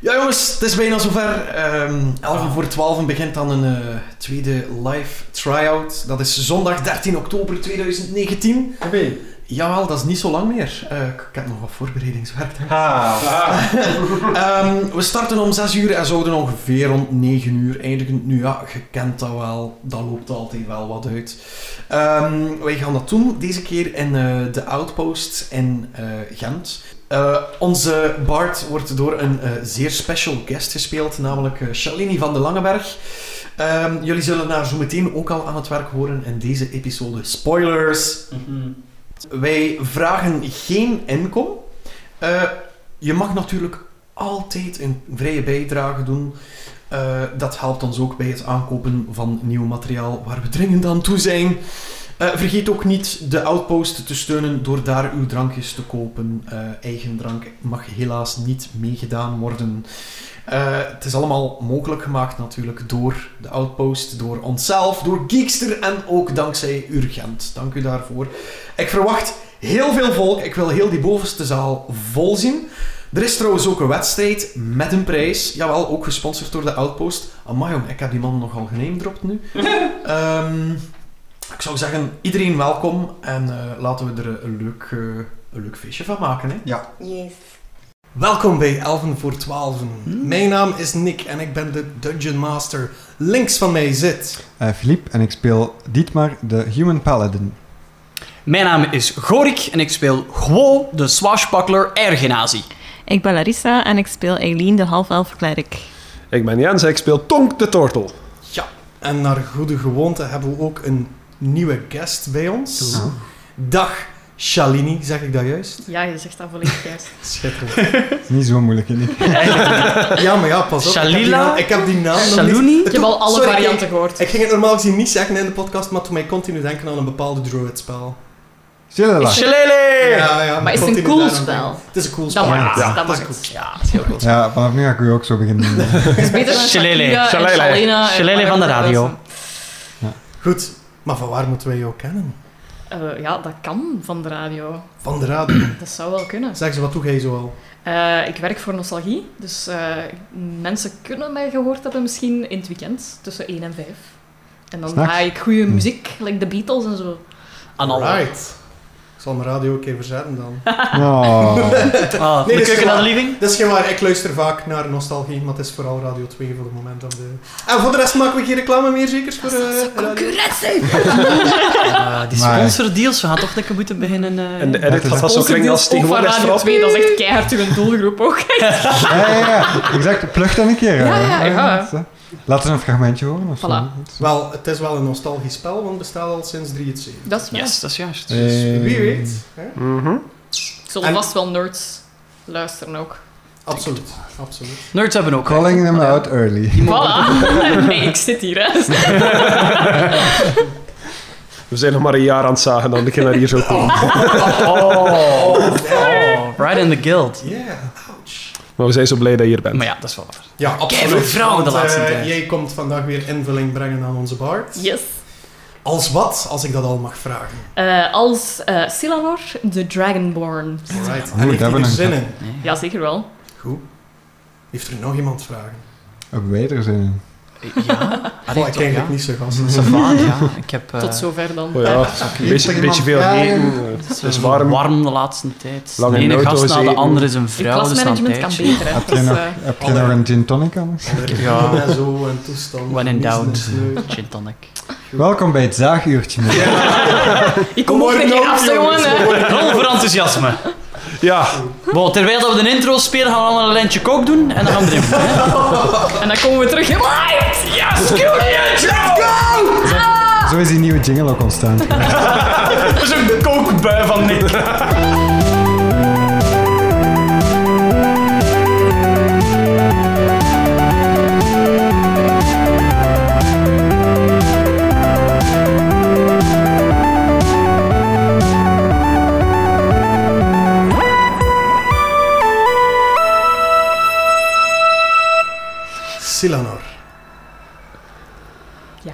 Ja, jongens, het is bijna zover. Ehm 11 voor 12 begint dan een eh, tweede live tryout. Dat is zondag 13 oktober 2019. Happy. Jawel, dat is niet zo lang meer. Eh, ik ik heb nog wat voorbereidingswerk. Ha. Ehm, we starten om 6 uur en zouden ongeveer rond 9 uur eindigen. Nu ja, je kent dat wel. Dat loopt altijd wel wat uit. Ehm, wij gaan dat doen deze keer in eh, de Outpost in eh, Gent. Eh, onze Bart wordt door een eh, zeer special guest gespeeld, namelijk eh Shalini van de Langeberg. Ehm, jullie zullen haar zo meteen ook al aan het werk horen in deze episode. Spoilers! Wij vragen geen inkom. Eh, je mag natuurlijk altijd een vrije bijdrage doen. Eh, dat helpt ons ook bij het aankopen van nieuw materiaal waar we dringend aan toe zijn. Eh, vergeet ook niet de Outpost te steunen door daar uw drankjes te kopen. Eh, eigen drank mag helaas niet meegedaan worden. Eh, het is allemaal mogelijk gemaakt natuurlijk door de Outpost, door onszelf, door Geekster en ook dankzij Urgent. Dank u daarvoor. Ik verwacht heel veel volk. Ik wil heel die bovenste zaal vol zien. Er is trouwens ook een wedstrijd met een prijs. Jawel, ook gesponsord door de Outpost. Amai jong, ik heb die man nogal genamedropt nu. Ehm, ik zou zeggen, iedereen welkom. En eh, laten we er een leuk, eh, een leuk feestje van maken. Hè? Yes. Welkom bij Elven voor 12. Mijn naam is Nick en ik ben de Dungeon Master. Links van mij zit... Eh, Philippe en ik speel Dietmar, de Human Paladin. Mijn naam is Gorik en ik speel Gwo, de swashbuckler Ergenazi. Ik ben Larissa en ik speel Eileen de half-elf klerk. Ik ben Jens en ik speel Tonk de Tortel. En naar goede gewoonte hebben we ook een nieuwe guest bij ons. Dag Shalini, zeg ik dat juist? Ja, je zegt dat volledig juist. Schitterend. Is niet zo moeilijk, hè, Nick. ja, maar ja, pas op. ik heb die Shalila? naam- Ik heb die naam, nog niet... Shaluni? Ik heb al alle Sorry, varianten gehoord. Ik ging het normaal gezien niet zeggen in de podcast, maar toen mij continu denken aan een bepaalde druidspel. Chillela. Shalele! ja, maar is het een continu cool daaraan spel? denken. Het is een cool Dat spel. mag het, dat is mag cool. het. Ja, dat is heel goed. Ja, vanaf nu ga ik u ook zo beginnen. Het is beter dan Shillele. Shakira en Shillele. Shalena en Shillele van de Barbara radio. Streisand. Goed, maar van waar moeten wij jou kennen? Eh, ja, dat kan van de radio. Van de radio. Dat zou wel kunnen. Zeg ze, wat doe jij zoal? Eh, ik werk voor Nostalgie, dus eh, mensen kunnen mij gehoord hebben misschien in het weekend, tussen 1 en 5. En dan S'nachts? draai ik goede Hm. muziek, like de Beatles en zo. Aan al. Right. Ik zal mijn radio een keer verzetten dan. Oh. Ah, Nee, de dat is keuken naar waar. de living? Dat is geen waar, ik luister vaak naar Nostalgie, maar het is vooral Radio 2 voor het moment. aan de... En voor de rest maken we geen reclame meer, zeker? Voor, eh, radio? Concurrentie! Ah, die Maar- sponsordeals, we gaan toch lekker moeten beginnen. eh. En de Dat edit is gaat dat zo klinken als Ook die van gewoon Radio echt 2, dat is echt keihard uw doelgroep ook. Ja, ja, ja. Exact. Plug dan een keer. hè. Ja, ja, ja. zo. Laten we een fragmentje horen. Of zo. Voilà. Wel, het is wel een nostalgisch spel, want het bestaat al sinds 73. Dat is waar. Yes, dat is juist. Eh, Wie weet. Hè? Mhm. Ik zal En- vast wel nerds luisteren ook. Absoluut. Absoluut. Nerds hebben ook. Calling them out early. Voilà. nee, ik zit hier. Hè. We zijn nog maar een jaar aan het zagen dan ik naar hier zo komen. Oh, oh, right in the guild. Yeah, ouch. Maar we zijn zo blij dat je hier bent. Maar ja, dat is wel waar. Ja, absoluut. Keiveel vrouwen de want, laatste eh, tijd. Jij komt vandaag weer invulling brengen aan onze Bart. Yes. Als wat, als ik dat al mag vragen. Eh, als eh Silanor, de Dragonborn. Alright. Oeh, en daar heeft hij hebben er we zin nog- in? Ja, zeker wel. Goed. Heeft er nog iemand vragen? Hebben wij er zin in? Eh, Ah, Ja, Oh, ik eigenlijk niet zo gast. Dat is waar, ja. Ik heb... eh, Tot zover dan. Oh ja, een beetje, een beetje veel eten. Het is, Het is warm. warm. de laatste tijd. Lange de ene noten gast na de gezeten. andere is een Je vrouw. dus na een klasmanagement kan tijdje. beter. Hè. Heb Dat jij is, nog, eh, heb jij nog een gin tonic anders? Ja. En zo, en toestand. When in Niezen doubt. is leuk. Gin tonic. Welkom bij het zaaguurtje. meneer. Eh, ik kom ook Worden weer ook af, hè, jongens, jongen. hè. Rol voor enthousiasme. Ja, Wow, terwijl dat we de intro spelen, gaan we allemaal een lijntje kook doen en dan gaan we erin. En dan komen we terug. Right! Yes, good! Zo is die nieuwe jingle ook ontstaan. Dat is een kookbui van Nick. Silanor, Ja.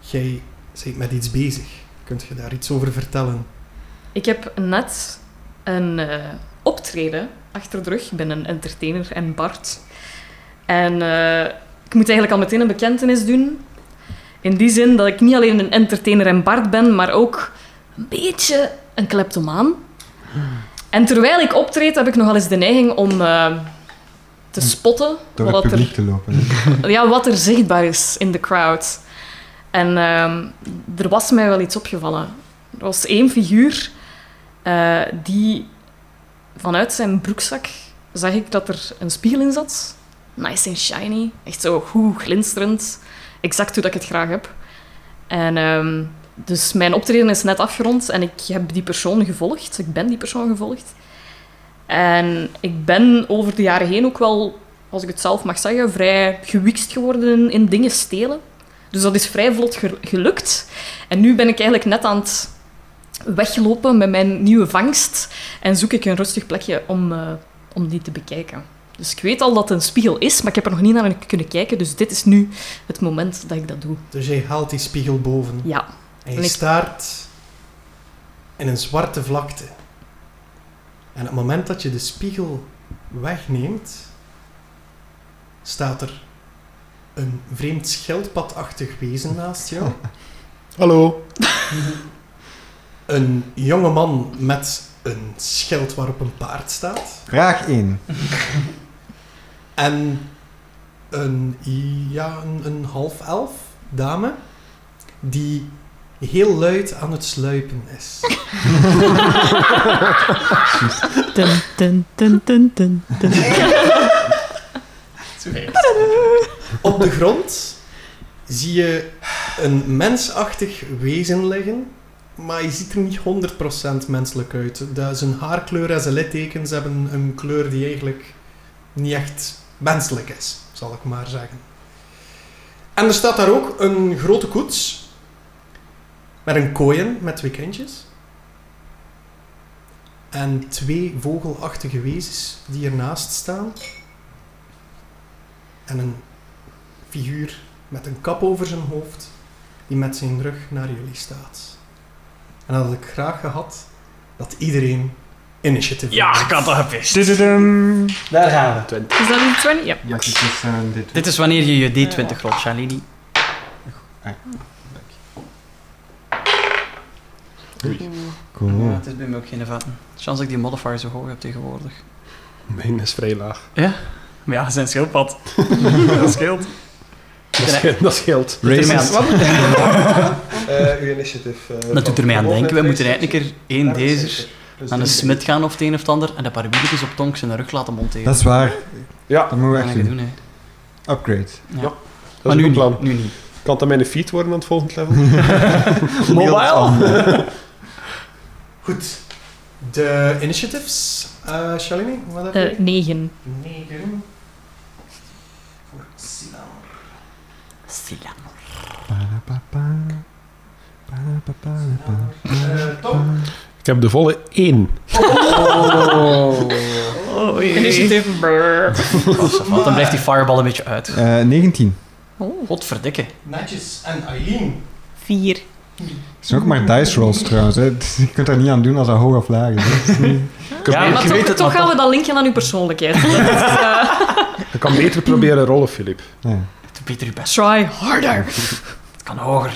jij bent met iets bezig. Kunt je daar iets over vertellen? Ik heb net een eh, opdracht optreden achter de rug. Ik ben een entertainer en Bart. En eh, ik moet eigenlijk al meteen een bekentenis doen. In die zin dat ik niet alleen een entertainer en Bart ben, maar ook een beetje een kleptomaan. En terwijl ik optreed, heb ik nogal eens de neiging om eh, te spotten Hm. Door wat het er publiek te lopen. hè. ja, wat er zichtbaar is in de crowd. En ehm, er was mij wel iets opgevallen. Er was één figuur eh, die vanuit zijn broekzak zag ik dat er een spiegel in zat. Nice and shiny. Echt zo goed glinsterend. Exact hoe dat ik het graag heb. En ehm, dus mijn optreden is net afgerond en ik heb die persoon gevolgd. Ik ben die persoon gevolgd. En ik ben over de jaren heen ook wel als ik het zelf mag zeggen, vrij gewikst geworden in, in dingen stelen. Dus dat is vrij vlot ge- gelukt. En nu ben ik eigenlijk net aan het weglopen met mijn nieuwe vangst en zoek ik een rustig plekje om, eh, om die te bekijken. Dus ik weet al dat het een spiegel is, maar ik heb er nog niet naar kunnen kijken. Dus dit is nu het moment dat ik dat doe. Dus jij haalt die spiegel boven. Ja, En En je ik- staart in een zwarte vlakte. En op het moment dat je de spiegel wegneemt, staat er een vreemd schildpadachtig wezen naast jou. Hallo. Een jonge man met een schild waarop een paard staat. Vraag 1. En een, ja, een, een half elf dame die heel luid aan het sluipen is. Dun, dun, dun, dun, dun, dun. Op de grond zie je een mensachtig wezen liggen, maar je ziet er niet 100% menselijk uit. De, zijn haarkleur en zijn littekens hebben een kleur die eigenlijk niet echt menselijk is, zal ik maar zeggen. En er staat daar ook een grote koets met een kooi in, met twee kindjes. En twee vogelachtige wezens die ernaast staan. En een figuur met een kap over zijn hoofd, die met zijn rug naar jullie staat. En dan had ik graag gehad dat iedereen initiative Ja, neemt. ik had dat gepist. Tududum. Daar gaan we. is dat een 20? Ja. Ja, dit is, eh, dit. Dit is wanneer je je D20 rolt, Shalini. Cool. Ja, het is bij mij ook geen vaten. Chance dat ik die modifier zo hoog heb tegenwoordig. Mijn is vrij laag. Maar ja, zijn schildpad. dat scheelt. Dat scheelt. Dat scheelt. Racist. Wat? Eh, uw initiatief. eh, Dat doet er mij aan van- denken. We van- moeten eigenlijk een keer één Ja, dat is deze zeker. Dus aan een drie. smid gaan of het een of het ander en de paramedic is op Tonk zijn rug laten monteren. Dat is waar. Ja. Dat moeten we Dat echt ga ik doen. doen, hè. Upgrade. Dat Maar is een goed nu niet, plan. nu niet. Kan dat mijn feed worden aan het volgende level? Mobile? Goed. De initiatives. eh Shalini, wat heb je? Eh, 9. 9. Voor Silan. Sila. Parapapa. Parapapa. Eh, Tom? Ik heb de volle één. Oh, Dan blijft Oh. die fireball een beetje uit. Eh, 19. Oh, Godverdikke. Netjes. En Aileen. vier. Het zijn ook maar dice rolls trouwens. Hè. Je kunt daar niet aan doen als dat hoog of laag is. hè. Het is niet- Ja, maar ik toch, weet het, toch maar gaan we dat linken aan uw persoonlijkheid. Dat is, eh, Je kan beter proberen rollen, Filip. nee. Doe beter je best. try harder. Het kan hoger.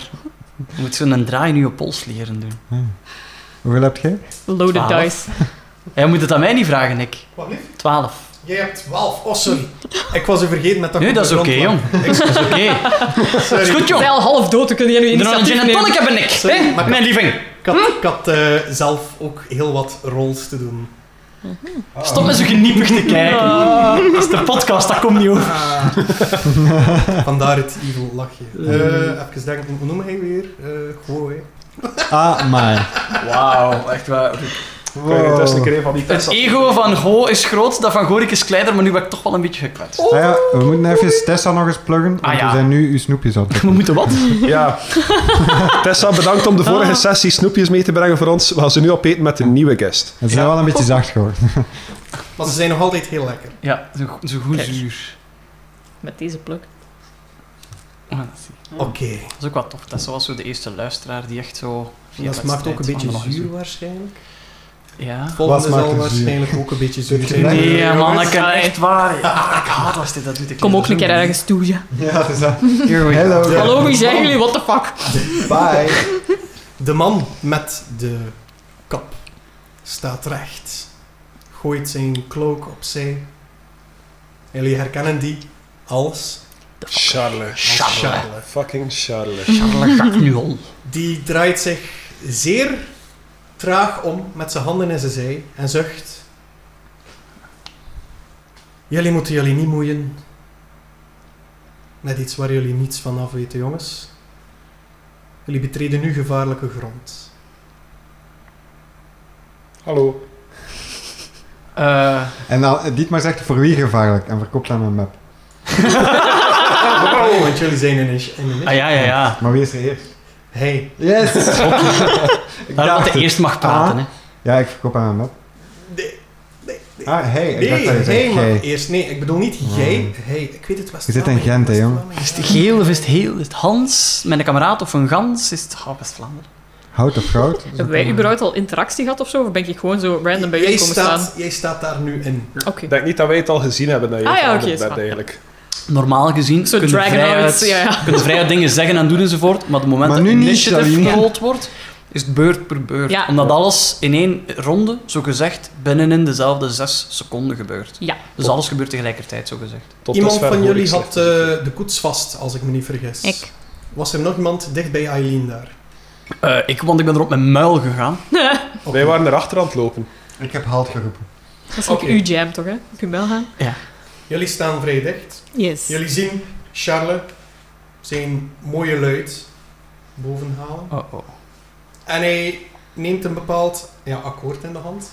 Je moet zo'n draai nu op pols leren doen. Hoeveel heb jij? Loaded Twaalf. dice. Jij moet het aan mij niet vragen, Nick. Wat lief? 12. Jij hebt 12. Oh, sorry. Ik was u vergeten met dat Nee, ik dat op is de oké, grond lag. jong. Dat is oké. Sorry. is goed, Zij jong. al half dood, dan kun je nu Er nog een initiatief gin en nemen. tonic hebben, Nick. Sorry, Hè? maar- Mijn lieving. Ik had, ik had eh, zelf ook heel wat rolls te doen. Stop met zo geniepig te kijken. Oh. Dat is de podcast, dat komt niet over. Vandaar het evil lachje. Eh even denken, hoe noem jij weer? Eh gewoon, hè. Ah, my. Wauw, Oh, echt waar. Kan je thuis een keer een van die Het tests ego van Go is groot, dat van Gorik is kleiner, maar nu ben ik toch wel een beetje gekwetst. Ah ja, we moeten even Tessa nog eens pluggen, want Ah ja. we zijn nu uw snoepjes aan het We moeten wat? Ja. Tessa, bedankt om de vorige sessie snoepjes mee te brengen voor ons. We gaan ze nu opeten met een nieuwe guest. Het is wel een beetje zacht geworden. Maar ze zijn nog altijd heel lekker. Ja, zo, zo goed Kijk. zuur. Met deze pluk. Ah, dat is- Oké. dat is ook wel tof. Dat is zoals zo de eerste luisteraar die echt zo... via Dat smaakt ook een wedstrijd beetje van de nog zuur eens- waarschijnlijk. Ja. Volgende maakt zal het waarschijnlijk ook een beetje zuur zijn. Nee, Nee, man, dat kan Allee. echt waar. Ja, ik haat als dit dat doet. Ik Kom leef ook er een zo keer mee. ergens toe, ja. Ja, het is dat. Here we go. Hello. Hallo, wie zijn jullie? What the fuck? Bye. De man met de kap staat recht, gooit zijn cloak opzij. En jullie herkennen die als Charles. Charles. Fucking Charles. Charles Jacques Nuon. Die draait zich zeer traag om met zijn handen in zijn zij en zucht. Jullie moeten jullie niet moeien met iets waar jullie niets van af weten, jongens. Jullie betreden nu gevaarlijke grond. Hallo. Eh, En dan, Dietmar zegt voor wie gevaarlijk en verkoopt dan een map. Oh. Want jullie zijn in een... In een ah ja, ja, ja. Maar wie is er eerst? hey, Yes! ik Daar dat dacht de het. eerst mag praten, hè. Ja, ik verkoop aan een map. Nee, nee, nee. Ah, hey, ik nee, dacht dat je hey, zei maar hey. eerst nee. Ik bedoel niet Oh. jij. Hey, ik weet het was. Je zit in Gent, hè, jongen. Is het geel of is het heel? Is het Hans met een kameraad of een gans? Is het oh, West-Vlaanderen? Hout of goud? Hebben wij überhaupt al interactie gehad of zo? Of ben ik gewoon zo random bij jullie Jij komen staat, staan? jij staat daar nu in. Oké. Ik denk niet dat wij het al gezien hebben dat je Ah ja, veranderd oké, is bent waar. eigenlijk. Normaal gezien Zo'n kunnen Dragonoid, vrijuit, ja, ja. kunnen vrijuit dingen zeggen en doen enzovoort, maar op het moment Maar dat nu niet, initiative Charlene. gerold wordt, is het beurt per beurt. Ja. Omdat alles in één ronde, zogezegd, binnenin dezelfde zes seconden gebeurt. Ja. Dus alles gebeurt tegelijkertijd, zogezegd. Tot Iemand dusver van hoor ik jullie had slecht muziek. eh, de koets vast, als ik me niet vergis. Ik. Was er nog iemand dicht bij Eileen daar? Eh, ik, want ik ben er op mijn muil gegaan. Oké. Wij waren erachter aan het lopen. Ik heb halt geroepen. Dat is ook Oké. uw jam, toch? Hè? Op uw bel gaan. Jullie staan vrij dicht. Yes. Jullie zien Charles zijn mooie luid bovenhalen. Oh, oh. En hij neemt een bepaald ja, akkoord in de hand.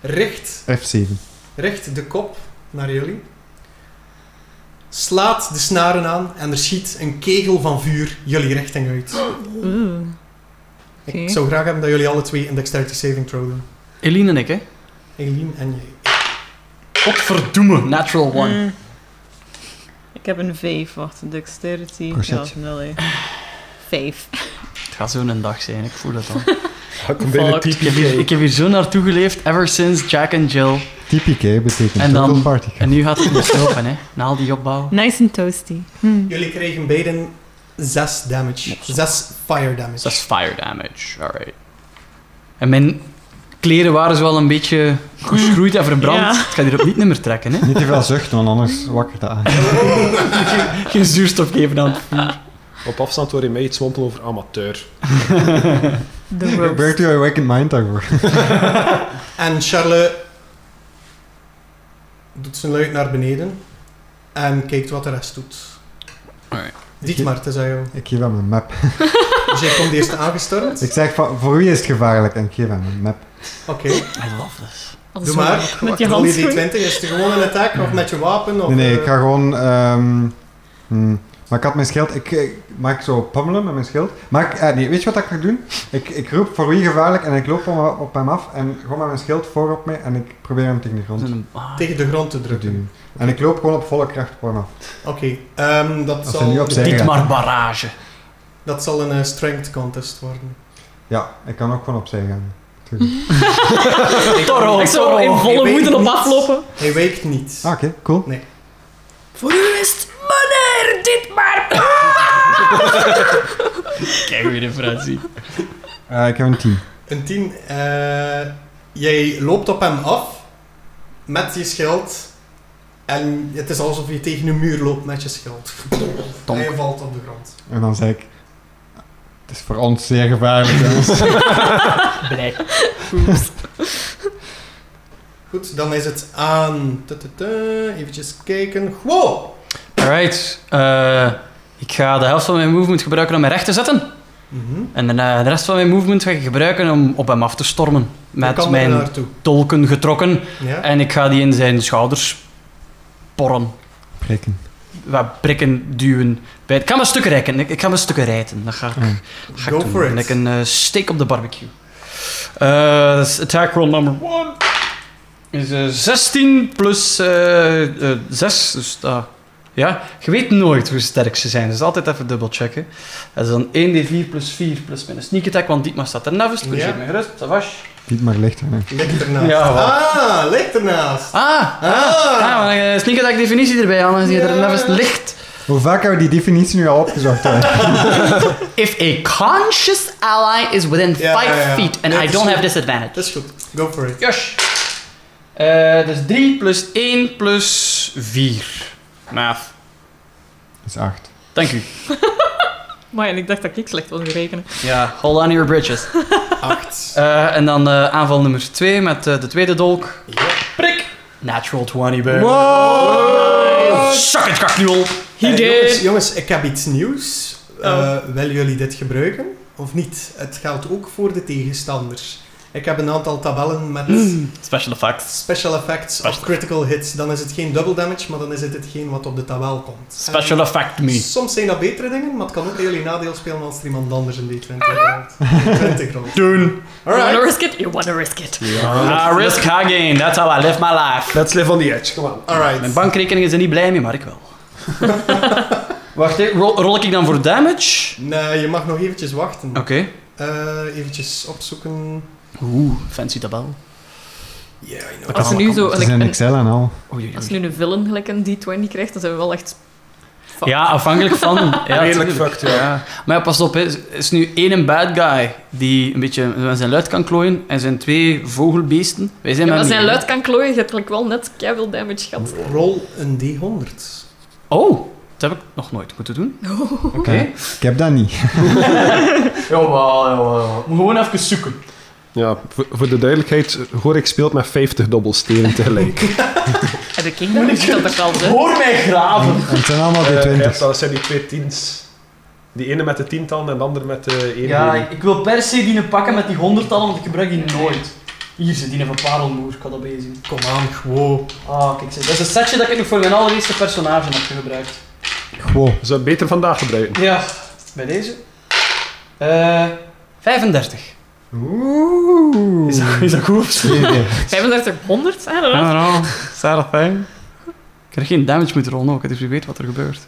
Richt, F7. richt de kop naar jullie. Slaat de snaren aan en er schiet een kegel van vuur jullie richting uit. Oeh. Mm. Oké. Ik zou graag hebben dat jullie alle twee een dexterity saving throw doen. Eline en ik, hè. Eileen en jij. Godverdomme. Natural one. Eh, Mm. Ik heb een vijf, wacht. Dexterity. Proficiat. Ja, snel, hè. Vijf. Het gaat zo'n dag zijn, ik voel dat al. Had ik hem bijna Fuck. typ ik, heb hier, ik heb hier zo naartoe geleefd, ever since Jack and Jill. TPK betekent En dan- Total Party. En nu gaat het mislopen, hè. Na al die opbouw. Nice en toasty. Hmm. Hm. Jullie kregen beiden 6 damage. 6 fire damage. Dus Dat is fire damage, alright. En mijn kleren waren zo wel een beetje geschroeid en verbrand. Ja. Ik ga hierop niet meer trekken, hè. Niet te veel zucht, want anders wakkert dat aan. Geen zuurstof geven aan. Op afstand hoor je mij iets mompelen over amateur. The Gebeurt roast. uw Awakened Mind daarvoor? En Charles doet zijn luid naar beneden en kijkt wat de rest doet. Alright. Dietmar, het is aan jou. Ik geef hem een map. Dus jij komt eerst aangestormd. Ik zeg, van, voor wie is het gevaarlijk? En ik geef hem een map. Oké, I love this. Als doe zo maar. Met je Rol die handschoen. D20, is het gewoon een attack of met je wapen? Of, Nee, nee, eh, ik ga gewoon... ehm, hmm, maar ik had mijn schild... Ik, ik maak zo pummelen met mijn schild. Maar ik, eh, nee, weet je wat ik ga doen? Ik, ik roep voor wie gevaarlijk en ik loop op, op hem af. En gewoon met mijn schild voorop mee. En ik probeer hem tegen de Dat grond is een- ah. Tegen de grond te te drukken. duwen. En ik loop gewoon op volle kracht op hem af. Oké, ehm, dat, Als hij nu zal, opzij Dit gaat. maar barrage. dat zal een eh, strength contest worden. Ja, ik kan ook gewoon opzij gaan. Tuurlijk. Toro, Ik zou in Ik volle Oh, weet moeite op niet. aflopen. Hij weekt niet. Ah, oké, cool. Voor u is het meneer, dit maar. Kijk hoe je de vooruitziet. Eh, ik heb een 10. Een 10. eh, jij loopt op hem af met je schild. En het is alsof je tegen een muur loopt met je schild. Tonk. Hij valt op de grond. En dan zei ik... Het is voor ons zeer gevaarlijk, jongens. Blij. Goed, dan is het aan. Even eventjes kijken. Wow! Alright. eh, ik ga de helft van mijn movement gebruiken om mij recht te zetten. Mhm. En daarna de rest van mijn movement ga ik gebruiken om op hem af te stormen. Je kan Met er mijn naartoe. tolken getrokken. Ja? En ik ga die in zijn schouders porren. Prikken. wat prikken, duwen. Bij ik ga me stukken rijken. Ik, ik ga me stukken rijden. Dat ga ik, Mm. dat ga ik Go doen. for it. En ik een eh, steak op de barbecue. Eh, dat is attack roll number 1. Is eh, 16 plus eh 6. eh, Dus dat Ja, je weet nooit hoe sterk ze zijn, dus altijd even dubbelchecken. Dat is dan 1d4 plus 4 plus min een sneak attack, want Dietmar staat ernaast, dus Ja. je me gerust, dat was. Niet maar licht. hè, nee. Lek ernaast. Ja, wel. ah, lek ernaast. Ah, ah, ah. maar dan, eh, sneak attack definitie erbij aan, dan zie je er ernaast ligt. Hoe vaak hebben we die definitie nu al opgezocht? hè? If a conscious ally is within Yeah, five yeah, yeah. feet and Yeah, I it's don't true. have disadvantage. Dat is goed. Go for it. Yes. Eh dus 3 plus 1 plus 4. Maaf. Dat is acht. Dank u. Maar en ik dacht dat ik slecht was in rekenen. Ja, hold on your bridges. Acht. Eh, en dan eh, aanval nummer 2 met eh, de tweede dolk. Ja. Prik! Natural 20, baby. Wow. Suck it, kaknul. He Eh, jongens, did. Oh. jongens, ik heb iets nieuws. Eh, willen jullie dit gebruiken of niet? Het geldt ook voor de tegenstanders. Ik heb een aantal tabellen met Mm. Special effects. special effects of critical hits. Dan is het geen double damage, maar dan is het hetgeen wat op de tabel komt. Special effect En me. Soms zijn dat betere dingen, maar het kan ook in jullie nadeel spelen als er iemand anders een D20 Ah. rolt. 20 rolt. Doen. You Alright. wanna risk it? You wanna risk it. Ah, risk again. That's how I live my life. Let's live on the edge, come on. Mijn Alright. bankrekening is er niet blij mee, maar ik wel. Wacht, hè, rol, rol ik dan voor damage? Nee, je mag nog eventjes wachten. Oké. Eh, eventjes opzoeken. Oeh, fancy tabel. Ja, I know. Als ze nu zo Het gelijk is in een, Excel en al. Oei, oei, als oei. nu een villain gelijk een D20 krijgt, dan zijn we wel echt... fucked. Ja, afhankelijk van. Ja, Redelijk tuurlijk. fucked, ja. Maar ja, pas op, hè. er is nu één bad guy die een beetje met zijn luid kan klooien en zijn twee vogelbeesten. Wij zijn Ja, maar als hij mee, hè. luid kan klooien, je hebt gelijk wel net keiveel damage gehad. Rol een D100. Oh, dat heb ik nog nooit moeten doen. Oké. Ik heb dat niet. Jawel, jawel. Moet gewoon even zoeken. Ja, voor, voor de duidelijkheid, hoor ik speelt met 50 dobbelstenen tegelijk. Heb ik Kingdom? Ik dat toch wel, hè? Hoor mij graven. En het zijn allemaal Eh, ja, D20's. dat zijn die twee tiens. Die ene met de tientallen en de andere met eh, de ene. Ja, ik, ik wil per se die pakken met die honderdtallen, want ik gebruik die nooit. Hier zit die van Parelmoer, ik had dat bezig. Kom aan, gewoon. Ah, kijk, zie, dat is een setje dat ik nog voor mijn allereerste personage heb gebruikt. Gewoon. Zou het beter vandaag gebruiken. Ja, bij deze. Eh 35. Oeh. Is dat, is dat goed of zo? I 3500? I don't know. don't know. Sarah fijn. Ah. Ik krijg geen damage moeten rollen ook, dus wie weet wat er gebeurt.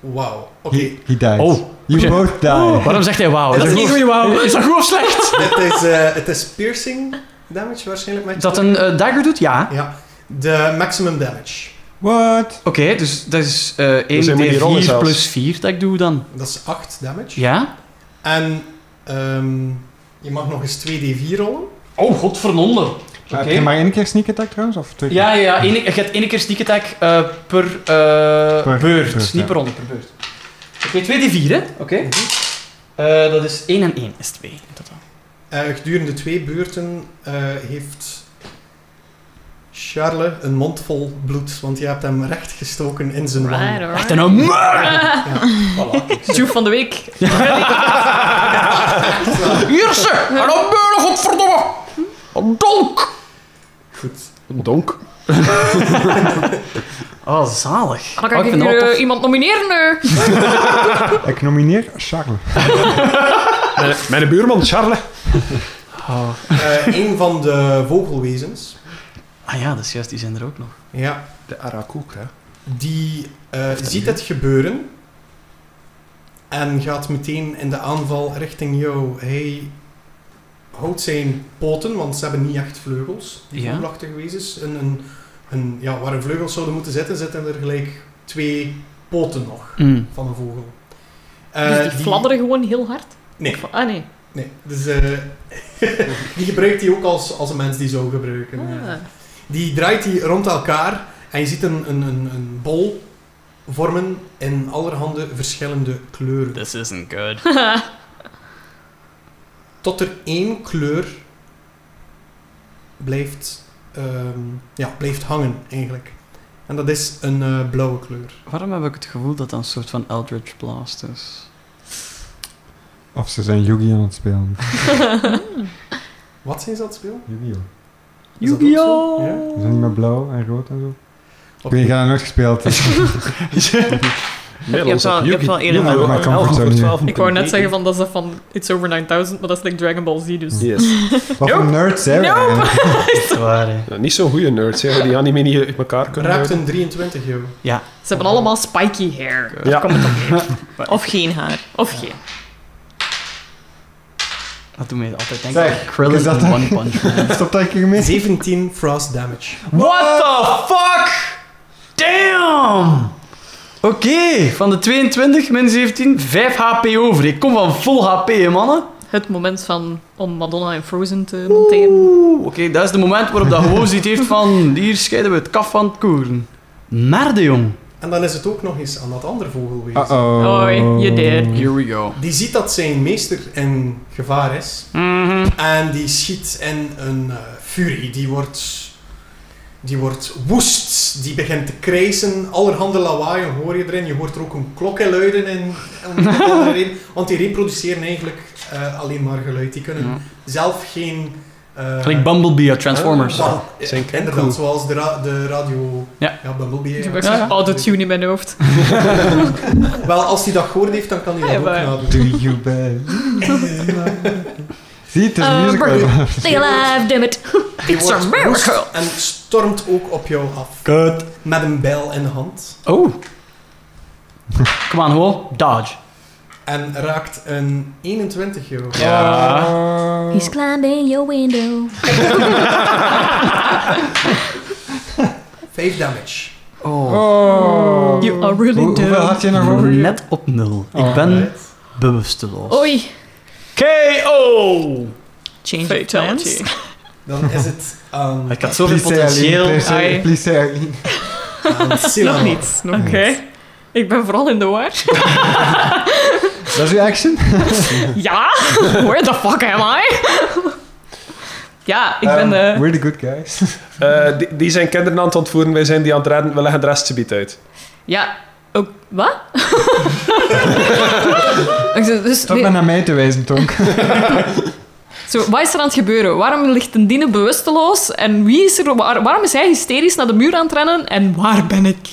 Wauw. Oké, He, he died. Oh. You both die. Waarom zegt hij wauw? Is dat een goed? goeie wauw. Is dat goed of slecht? het, is, eh, het is piercing damage waarschijnlijk. Met Dat een eh, dagger doet? Ja. Ja, de maximum damage. What? Oké, dus dat is eh 1 hij moet die rollen d4 zelfs. plus 4 dat ik doe dan. Dat is 8 damage. Ja? En ehm, je mag nog eens 2d4 rollen. Oh, godvernonde. Heb je maar Ah, één keer sneak attack trouwens? Of twee keer? Ja, ja, ja. Ene, je hebt één keer sneak attack eh, per, eh, Per beurt. beurt, Niet ja. per ronde, per beurt. Oké, 2d4, hè? Oké. Eh, dat is 1 en 1 is 2 in totaal. Eh, gedurende twee beurten eh, heeft Charles een mond vol bloed, want je hebt hem recht gestoken in zijn wang. Right, Echt alright. een murder! Joe van de week. Hier, ze! En een murder, godverdomme! Een donk! Goed. Donk. Oh, zalig. Dan Oh, kan ik ik vind dat hier wel eh, tof. iemand nomineren. eh. Ik nomineer Charles. Mijn, mijn buurman, Charles. Oh. Eh, een van de vogelwezens, Ah ja, dat is juist, die zijn er ook nog. ja, De Arakoek, hè. die eh, ziet het gebeuren en gaat meteen in de aanval richting jou. Hij houdt zijn poten, want ze hebben niet echt vleugels, die Ja. vogelachtige wezens. Een, een, een, ja, waar een vleugels zouden moeten zitten, zitten er gelijk twee poten nog. Mm. van een vogel. Eh, Dus die fladderen gewoon heel hard. Nee. Ah, nee. Nee, dus eh, die gebruikt hij ook als, als een mens die zou gebruiken. Ah. Die draait hij rond elkaar en je ziet een, een, een, een bol vormen in allerhande verschillende kleuren. This isn't good. Tot er één kleur blijft, ehm, ja, blijft hangen, eigenlijk. En dat is een eh, blauwe kleur. Waarom heb ik het gevoel dat dat een soort van Eldritch Blast is? Of ze zijn Yugi aan het spelen. Wat zijn ze dat speel? Yu-Gi-Oh! Is dat ook zo? Yu-Gi-Oh! Ja? Is dat dus- niet meer blauw en rood en zo? Ik weet Oké. niet, ik heb dat nooit gespeeld. Je hebt Middels wel- op je hebt Yuki. wel eerder Yuki wel wordt mijn een comfort 11 voor zone, 12 Ik wou net zeggen van, dat is dat van It's Over 9000, maar dat is like Dragon Ball Z, dus... Yes. Wat voor nerds zijn we Nope. eigenlijk? Waar, hè. Nou, niet zo'n goede nerds, hè, die anime niet uit elkaar kunnen Raakt houden. een 23, joh. Ze hebben allemaal spiky hair. Ja. Kom het op neer. Of geen haar. Of geen. Dat doet mij altijd denken Zeg, aan Krillin is dat en dan- One Punch Man. Stop dat ik mee. 17 frost damage. What the fuck? Damn! Oké, van de 22 min 17, 5 HP over. Ik kom van full HP, hè, mannen. Het moment van, om Madonna en Frozen te monteren. Oeh, oké, dat is de moment waarop dat gewoon ziet heeft van... Hier scheiden we het kaf van het koeren. Merde, jong. En dan is het ook nog eens aan dat andere vogelwezen. Uh-oh. Hoi, je deed. Here we go. Die ziet dat zijn meester in gevaar is. Mhm. En die schiet in een eh, furie. Die wordt, die wordt woest. Die begint te krijsen. Allerhande lawaaien hoor je erin. Je hoort er ook een klokken luiden in. om een of andere reden. Want die reproduceren eigenlijk eh, alleen maar geluid. Die kunnen Ja. zelf geen... eh, Gelijk Bumblebee uit Transformers. Wel, eh, Zijn inderdaad, cool. zoals de, ra- de radio... Ja. Bumblebee. ja. Ik heb echt Ja, ja. zo'n autotune in mijn hoofd. Wel, als hij dat gehoord heeft, dan kan hij dat Ja, ook maar- nadoen. Do you bad? Zie, het is een Eh, musical. Stay alive, dammit. Die It's a wordt miracle. woest En stormt ook op jou af. Kut. Met een bijl in de hand. Oh. Kom aan, hoor. Dodge. En raakt een 21 euro. Ja. He's climbing your window. 5 damage. Oh. Oh. You are Hoe- really hoeveel dead. had je nog over? Oh. Net op nul. Ik ben bewusteloos. Oei. KO! Change of Fatality. plans. Dan is het aan, Ik had zoveel Please say Aline, potentieel. please say- Ai. Please say Aline. aan Silla. Nog niet. Oké. Ik ben vooral in de war. Dat is uw action? ja? Where the fuck am I? ja, ik ben... Um, eh, We're the good guys. Eh, die, die zijn kinderen aan het ontvoeren, wij zijn die aan het redden. We leggen de restgebied uit. ja, ook... Wat? Ik zeg, dus, Stop maar naar mij te wijzen, Tonk. Zo, wat is er aan het gebeuren? Waarom ligt een dine bewusteloos? En wie is er, waar- waarom is hij hysterisch naar de muur aan het rennen? En waar ben ik?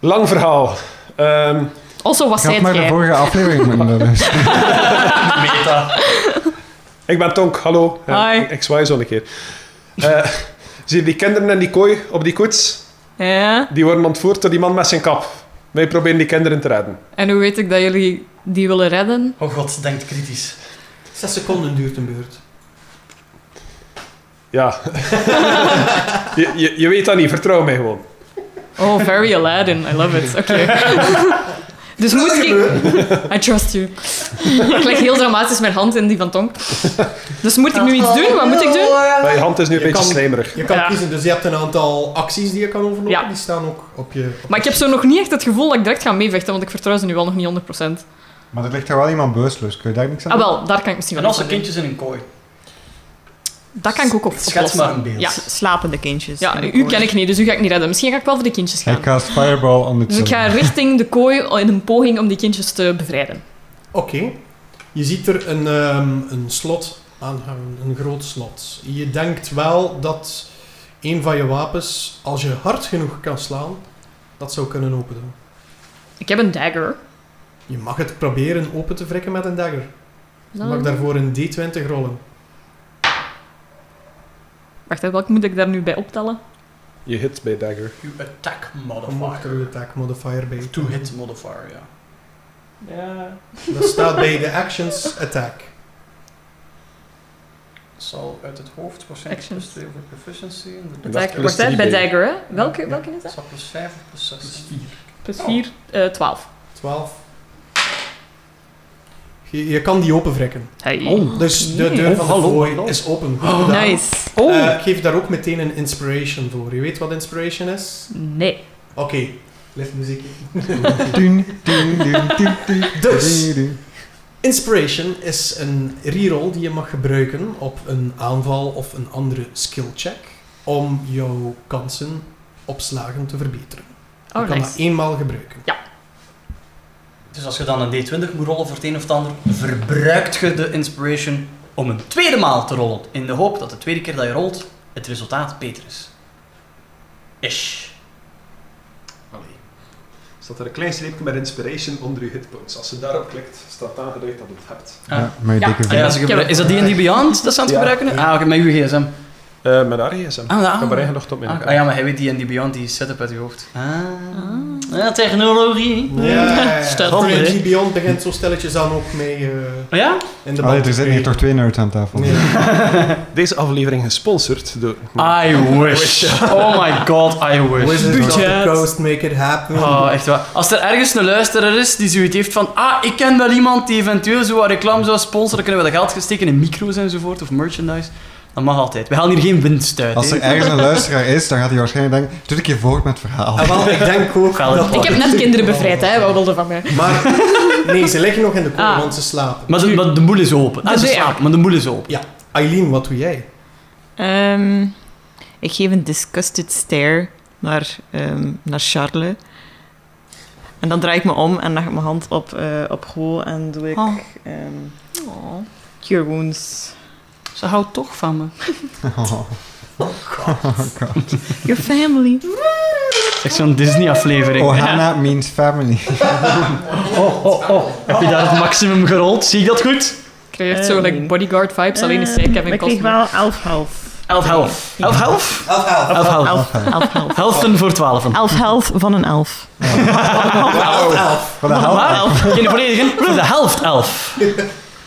Lang verhaal. Ehm, Also, wat Ik had zei maar de jij? vorige aflevering moeten doen. dus. ik ben Tonk, hallo. Ja, Hi. ik- Ik zwaai zo een keer. Eh, zie je die kinderen in die kooi op die koets? Ja? Die worden ontvoerd door die man met zijn kap. Wij proberen die kinderen te redden. En hoe weet ik dat jullie die willen redden? Oh god, denkt kritisch. 6 seconden duurt een beurt. Ja. je, je, je weet dat niet, vertrouw mij gewoon. Oh, very Aladdin. I love it. Oké. dus moet ik... I trust you. ik leg heel dramatisch mijn hand in die van Tong. Dus moet ik nu iets doen? Wat moet ik doen? Maar je hand is nu een Je beetje kan- slijmerig. Je kan Ja. kiezen, dus je hebt een aantal acties die je kan overlopen. Ja. Die staan ook op je... Maar ik heb zo nog niet echt het gevoel dat ik direct ga meevechten, want ik vertrouw ze nu wel nog niet 100%. Maar er ligt er wel iemand bewusteloos. Kun je daar niks aan Ah, doen? wel, daar kan ik misschien En wel als er iets aan doen. kindjes in een kooi. Dat kan ik ook op Schets maar een beeld. Ja. Slapende kindjes. Ja, u ken ik niet, dus u ga ik niet redden. Misschien ga ik wel voor de kindjes gaan. Hij cast Fireball on the Dus ik ga children. richting de kooi in een poging om die kindjes te bevrijden. Oké. Je ziet er een, ehm, een slot aanhangen, een groot slot. Je denkt wel dat een van je wapens, als je hard genoeg kan slaan, dat zou kunnen openen. Ik heb een dagger. Je mag het proberen open te wrikken met een dagger. Je mag daarvoor een D20 rollen. Wacht, hè, welk moet ik daar nu bij optellen? Je hit bij dagger. You attack Dan mag er modifier. een attack modifier bij. To hit modifier, ja. Ja. Dat staat bij de actions attack. Zal uit het hoofd waarschijnlijk Actions. plus 2 voor proficiency. inderdaad. Dat is Dagger. plus Wacht, hè, drie bij bij. dagger, hè? Welke, welke is Dat dat? staat plus 5 of plus 6. Plus 4. Plus Oh. 4, eh 12. 12. Je, je kan die open wrikken. Hey. Oh, Dus de deur van de fooi is open. Goed gedaan. Nice. Eh, ik geef daar ook meteen een inspiration voor. Je weet wat inspiration is? Nee. Oké, lift muziek. Dun, dun, dun, dun, dun, Dus. dun, dun. Inspiration is een reroll die je mag gebruiken op een aanval of een andere skill check om jouw kansen op slagen te verbeteren. je Oh, kan dat nice. eenmaal gebruiken. Dus als je dan een D20 moet rollen voor het een of het ander, verbruikt je de inspiration om een tweede maal te rollen. In de hoop dat de tweede keer dat je rolt, het resultaat beter is. Ish. Allee. staat er een klein streepje met inspiration onder uw hitpoints. Als je daarop klikt, staat aangeduid dat je het hebt. Ah. Ja, maar je Ja. dikke Ah, ja, vinger. ze gebruiken- is dat die in die Beyond dat ze aan het Ja. gebruiken? nu? Ah, oké, met uw gsm. Eh met haar gsm. Ah, ja. Ik heb er eigenlijk nog op mijn Ah, ah ja, maar hij weet die en die Beyond, die setup uit je hoofd. Ah, Ja, technologie. Ja, ja, Stelt ja. voor, hè? D&D Beyond begint zo stilletjes dan ook mee eh, Ja? in de Allee, band Oh, er te zitten hier krijgen. toch twee nerds aan tafel. Nee. Deze aflevering gesponsord door... Ah. I wish. Oh my god, I wish. Wizards of the Budget. Coast, make it happen. Oh, echt waar. Als er ergens een luisteraar is die zoiets heeft van ah, ik ken wel iemand die eventueel zo wat reclame zou sponsoren, kunnen we dat geld steken in micro's enzovoort, of merchandise. Dat mag altijd. We halen hier geen winst uit. Als hè. er ergens een luisteraar is, dan gaat hij waarschijnlijk denken, doe ik je voort met het verhaal. Ah, wel, ik denk ook Wel, dat... Ik heb net kinderen bevrijd, hè. Wat wilde van mij? Maar nee, ze liggen nog in de kooi, Ah. want ze slapen. Maar de, maar de boel is open. Ah, ze Nee. slapen, maar de boel is open. Eileen, wat doe jij? Ehm, ik geef een disgusted stare naar, ehm, naar Charles. En dan draai ik me om en leg ik mijn hand op, eh op Go en doe ik Oh. ehm, Oh. Cure Wounds. Ze houdt toch van me. Oh. Your family. Echt zo'n Disney-aflevering. Oh, Ohana oh, means family. Oh, oh, oh. Heb je daar het maximum gerold? Zie ik dat goed? Ik krijg echt zo Eh, like, bodyguard vibes, alleen is zij Kevin Ik kreeg Costner. wel 11 health. 11 half. 11 half? Elf, elf. 11 half. 11 health. Helften voor 12. 11 health van een 11. elf. Van de helft, Maar, geen volledige, voor de helft 11.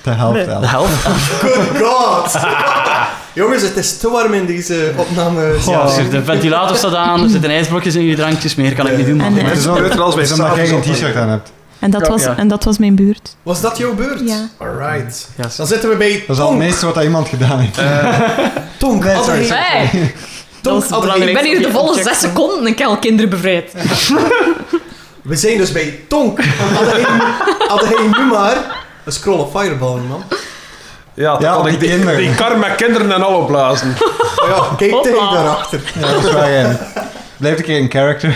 de helft De wel. helft. Good Oh god! Jongens, het is te warm in deze opname. Ja, dus de ventilator staat aan, er zitten ijsblokjes in je drankjes, meer kan ik niet doen. man. En, eh, Het is ook Beter als wij het is omdat jij geen s'avonds t-shirt aan hebt. En dat, Ja. was, en dat was mijn buurt. Was dat jouw beurt? Ja. Alright. Ja, Dan zitten we bij Dat is al het Tonk. meeste wat dat iemand gedaan heeft. Tonk, Nee, Adderheen. sorry. Hey, Tonk, was het Adderheen. ik ben hier de volle zes seconden en ik heb al kinderen bevrijd. We zijn dus bij Tonk. Adderheen, Adderheen, nu maar. Een scroll of fireball, man. Ja, dan Ja, kan die ik die, kinderen. die kar met kinderen en al opblazen. Maar ja, kijk tegen daarachter. Ja, dat is waar. ja. Blijf een keer in character.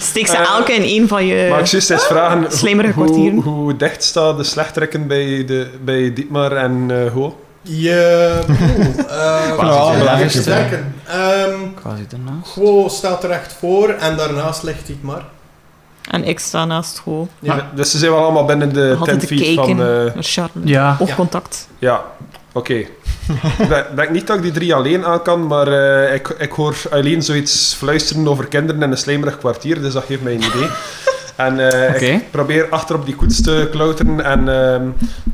Steek Eh, ze elke in één van maar ik je... zou eens vragen... hoe- slijmerige hoe, Eh, kwartieren. hoe dicht staat de slechtrikken bij, de, bij Dietmar en eh, Ho? Je... Oeh, eh, Qua- wat Ja, moet ik belangrijk. versterken? Ehm, Quasi daarnaast. Guo staat terecht voor en daarnaast ligt hij maar. En ik sta naast Go. Ja. Maar- Dus ze zijn wel allemaal binnen de Altijd 10 te feet van... kijken. eh, Naar Charles. Ja. Of Ja. contact. Ja, oké. Ik denk- denk niet dat ik die drie alleen aan kan, maar eh, ik, ik hoor alleen zoiets fluisteren over kinderen in een slijmerig kwartier, dus dat geeft mij een idee. En eh, Oké. ik probeer achter op die koets te klauteren en ehm,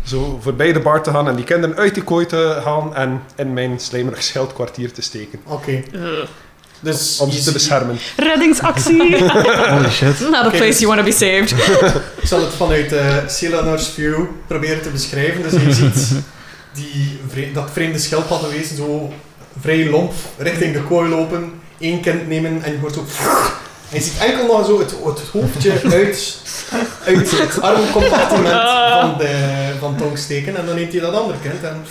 zo voorbij de bar te gaan en die kinderen uit die kooi te halen en in mijn slijmerig scheldkwartier te steken. Oké. Dus Om je ze te ziet- beschermen. Reddingsactie! Holy shit. Not a Oké, place dus- you want to be saved. Ik zal het vanuit eh Silanar's view proberen te beschrijven. Dus je ziet die vre- dat vreemde schildpaddenwezen zo vrij lomp richting de kooi lopen, één kind nemen en je hoort zo... En je ziet enkel nog zo het, het hoofdje uit, uit het armcompartiment van, de, van Tong steken. En dan neemt hij dat andere kind en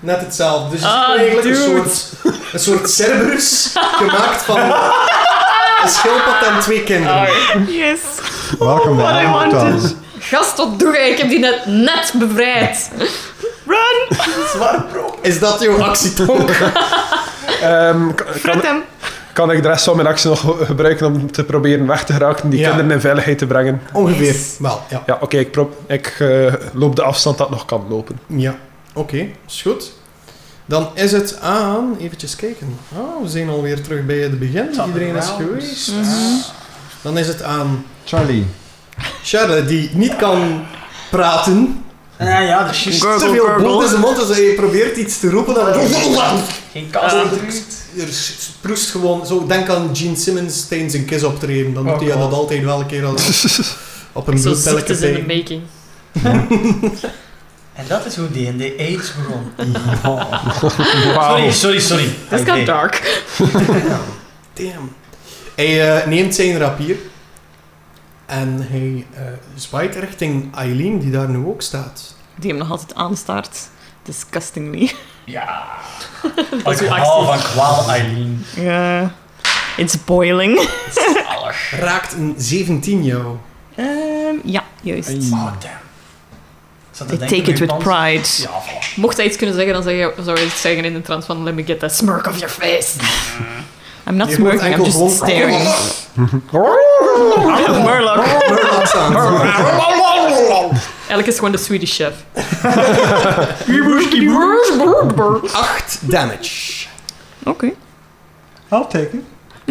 net hetzelfde. Dus je ziet Ah, eigenlijk een dude. soort, een soort Cerberus gemaakt van een schildpad en twee kinderen. Yes! Welkom bij I Animal wanted. Town. Gast, wat doe jij? Ik heb die net, net bevrijd. Zwaar, bro. Is dat jouw actietonk? Ehm, k- kan, Fred hem! kan ik de rest van mijn actie nog gebruiken om te proberen weg te geraken, die Ja. kinderen in veiligheid te brengen? Ongeveer. Yes. Wel, ja. Ja, oké, ik, pro- ik eh, loop de afstand dat nog kan lopen. Ja. Oké, is goed. Dan is het aan... Eventjes kijken. Oh, we zijn alweer terug bij het begin. Iedereen is geweest. Dan is het aan Charlie. Charlotte, die niet kan praten. Ja, Eh, ja, dat is juist. Te veel bloed in zijn mond, dus hij probeert iets te roepen. En Geen kans Ah. natuurlijk. er proest gewoon... Zo, denk aan Gene Simmons tijdens een kiss optreden. Dan doet hij dat altijd wel een keer als, op een Zo bloedpelletje ziektes in bij. de making. En dat is hoe D&D AIDS begon. Wauw. Sorry, sorry, sorry. This Oké. got dark. Damn. Hij eh, neemt zijn rapier en hij eh zwaait richting Eileen, die daar nu ook staat. Die hem nog altijd aanstaart. Disgustingly. Ja. Dat is ik uw hou actie. van kwaal, Eileen. Ja. Eh, It's boiling. Allig. Raakt een 17 jou. Ehm, ja, juist. Oh, damn. Ik zat te I denken, take it uw with kans- pride. Ja, voilà. Mocht hij iets kunnen zeggen, dan zeg je- zou hij iets zeggen in de trant van Let me get that smirk off your face. I'm not Je hoort smirking, I'm enkel Oh, just gewoon- staring. Murloc. oh, Murloc staan. Elke is gewoon de Swedish chef. 8 damage. Oké. I'll take it.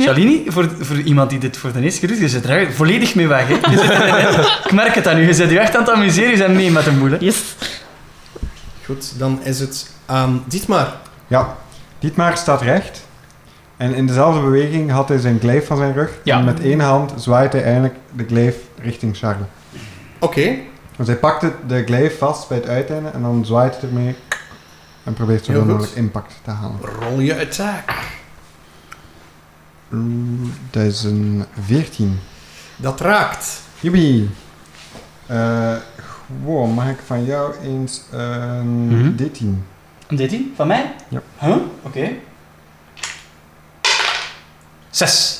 Shalini, voor, voor iemand die dit voor de eerste keer doet, je zit er echt volledig mee weg. Hè. Je zit er- ik merk het aan u, je zit je echt aan het amuseren, je bent mee met de moeder. Yes. Goed, dan is het aan Dietmar. Ja, Dietmar staat recht. En in dezelfde beweging had hij zijn gleef van zijn rug. Ja. En met één hand zwaait hij eindelijk de gleef richting Charles. Oké, Dus hij pakt het- de gleef vast bij het uiteinde en dan zwaait hij ermee. En probeert Heel zoveel goed. mogelijk impact te halen. rol je attack. Mm, Dat is een 14. Dat raakt. Joepie. Eh wow, mag ik van jou eens een Mhm. 13? Een 13? Van mij? Ja. Huh? Oké. Zes.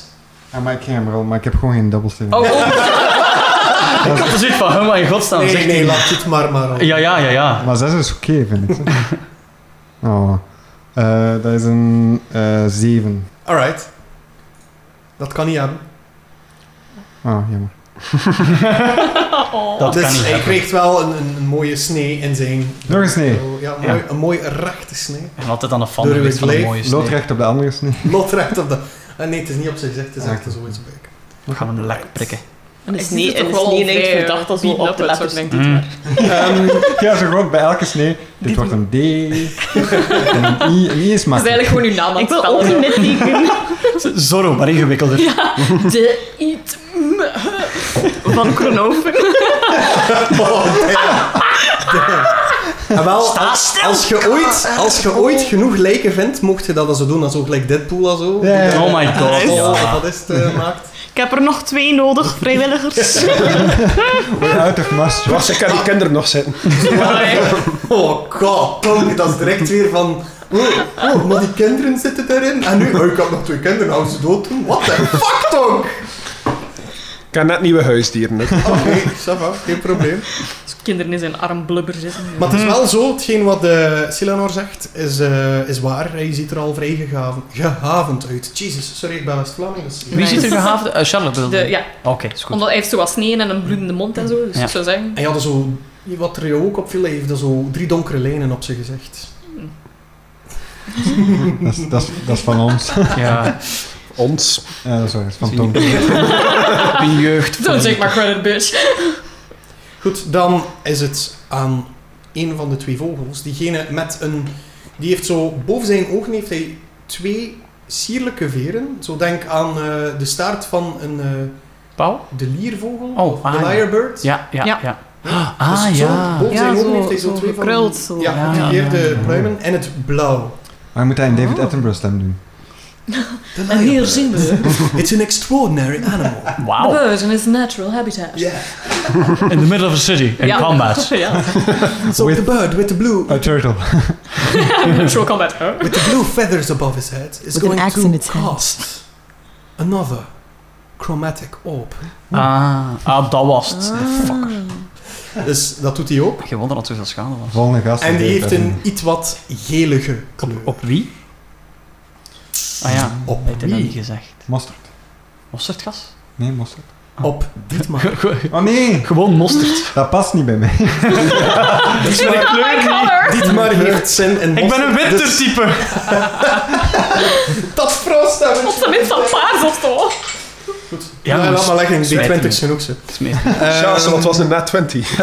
Ah, maar ik ging hem rollen, maar ik heb gewoon geen dubbelsteen. Oh, oh. ik had zoiets van, huh, maar in godsnaam. Nee, zeg nee, die- laat Dietmar maar rollen. Ja, ja, ja, ja. Maar 6 is oké, vind ik. oh. Eh, dat is een eh, 7. Alright. Dat kan niet hebben. Oh, jammer. Dat dus kan niet hij hebben. kreeg wel een, een, een mooie snee in zijn. Nog een snee. Ja, een, Ja. Mooi, een mooi rechte snee. En altijd aan de fan Door uw geweest van een gleef. mooie snee. Loodrecht op de andere snee. Lot recht op de. Ah, nee, het is niet op zijn gezicht, het is Ah, echt oké. zo in zijn buik. We gaan hem lek prikken. En het is Ik zie niet, het toch en het is wel niet in één ongeveer, gedacht als beaten we op up, de dat letters soort denken. Ehm, ja, zo gewoon bij elke snee. Dit wordt een D. en een I. Een I is Dat is makkelijk. eigenlijk gewoon uw naam aan Ik het wil ook spellen. net die Hmm. Zorro, maar ingewikkelder. De eat van Kronoven. En wel, Sta stil! als je, ooit, als je ooit genoeg lijken vindt, mocht je dat dan zo doen, dan zo gelijk Deadpool en zo. Ja, ja, ja. Oh my god, Oh, ja. Wat is het eh, maakt? Ik heb er nog twee nodig, vrijwilligers. We're out of must. Zoals ik aan die kinderen nog zitten. Oh god, Tom, dat is direct weer van... Oh, oh, maar die kinderen zitten daarin. En nu, oh, ik had nog twee kinderen, hou ze dood doen. What the fuck, Tom? Ik heb net nieuwe huisdieren. hè. Oké, Oh, ça va, geen probleer. Als kinderen in zijn arm blubber zitten. Maar het Hmm. is wel zo, hetgeen wat eh Silanor zegt, is, eh, is waar. Je ziet er al vrij gegaven- gehavend uit. Jesus, sorry, ik ben West-Vlaming. Dus... Wie ziet er gehaafd? Eh, Charlotte bedoelde. De, ja, Oké, is goed. omdat hij heeft zo wat sneeuw en een bloedende mond en zo. Dus Ja. ik zou zeggen... En je had zo, wat er jou ook opviel, hij heeft zo drie donkere lijnen op zijn gezicht. Dat is, dat, is, dat is van ons. Ja, Ons. Ja, dat is waar. Dat is van Tom. mijn jeugd. Don't take my credit, bitch. Goed, dan is het aan een van de twee vogels. Diegene met een... Die heeft zo... Boven zijn ogen heeft hij twee sierlijke veren. Zo denk aan eh, de staart van een, eh, Pauw? de liervogel. Oh, de ah, ja. lyrebird. Ja, ja, Ja. ja. Dus Ah, zo, ja. Boven zijn Ja, ogen zo- heeft hij zo, zo twee van... gekruld, zo. Ja, Ja, gekrulde ja, ja. pluimen. En het blauw. Maar moet hij een Oh. David Attenborough stem doen? En hier zien we... It's an extraordinary animal. Wauw. bird in its natural habitat. Yeah. In the middle of a city, in Ja. combat. ja, So With- the bird with the blue... A turtle. natural combat. Huh? with the blue feathers above his head is With an going axe in to its hand. cast another chromatic orb. Ah, ah, dat was het. Fuck. Dus dat doet hij ook. Geen wonder dat zoveel schade was. Volgende gast. En die David heeft een Attenborough. iets wat gelige kleur. Op, op wie? Ah ja, Op heeft hij dat wie? niet gezegd. Mosterd. Mosterdgas? Nee, mosterd. Op dit maar. Oh nee, Gewoon mosterd. dat past niet bij mij. Dit maar heeft zin in Ik ben een mosterd, dus wintertype. Dat frost hebben. Op zijn minst van paars of zo. Ja, Ja, maar laat maar leggen. Die spijt 20 me. zijn ook zo. Het is meer- Ehm, Ja, zo, het was een net 20. Echt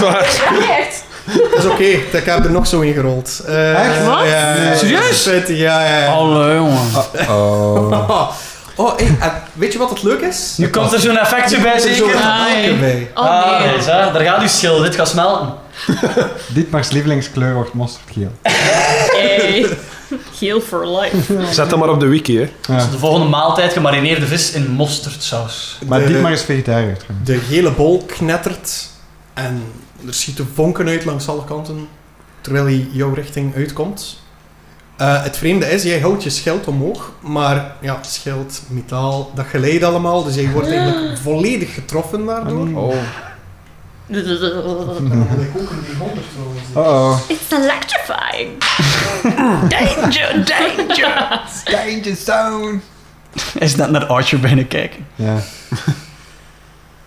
waar. Echt? Dat is oké. Ik heb er nog zo in gerold. Eh, Echt? ja, Wat? ja, ja. Serieus? 20, ja, ja. ja. Allee, jongen. Oh. Oh, oh, hey, en weet je wat het leuk is? Nu komt er zo'n effectje bij, Er zo'n zeker? haken bij. Oh nee. is hè. daar gaat uw schil. Dit gaat smelten. Dietmar's lievelingskleur wordt mosterdgeel. Hey. Heel for life. Zet hem maar op de wiki, hè. Ja. De volgende maaltijd gemarineerde vis in mosterdsaus. Maar De- Dietmar is vegetariër trouwens. De gele bol knettert en er schieten vonken uit langs alle kanten, terwijl hij jouw richting uitkomt. Eh, het vreemde is, jij houdt je schild omhoog, maar ja, schild, metaal, dat geleidt allemaal, dus jij wordt eigenlijk volledig getroffen daardoor. Mhm. Oh. Ah, Dan heb ik ook een D100 trouwens. Oh oh. It's Oh. electrifying. danger, danger. Danger zone. Hij is net naar Archer bijna kijken. Ja.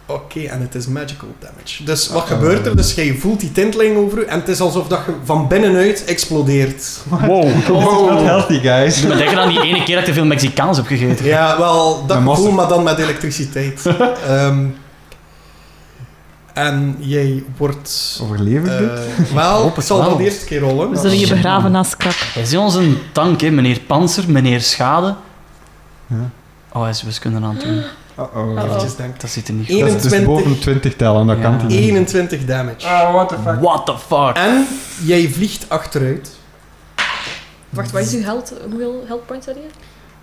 Oké, en het is magical damage. Dus wat gebeurt er? Dus jij voelt die tinteling over u en het is alsof dat je van binnenuit explodeert. Wow. Oh, not healthy, guys. Maar denk je dan die ene keer dat ik te veel Mexicaans heb gegeten? Ja, wel, dat Met mosterd. gevoel, maar dan met elektriciteit. Ehm, en jij wordt... Overleef ik dit? eh, wel, hoop ik het zal wel wel. de eerste keer rollen. We zullen je begraven naast krak. Hij is ons een tank, hè. meneer Panzer, meneer Schade. Ja. Oh, hij is wiskunde aan het doen. Eh, Uh-oh. Eventjes denken. Dat zit er niet Eén- goed. Dat is dus 21. boven 20 tellen, dat Ja. kan die niet. 21 damage. Ah, what the fuck. What the fuck? En jij vliegt achteruit. Wacht, wat is uw held? Hoeveel heldpoints had je?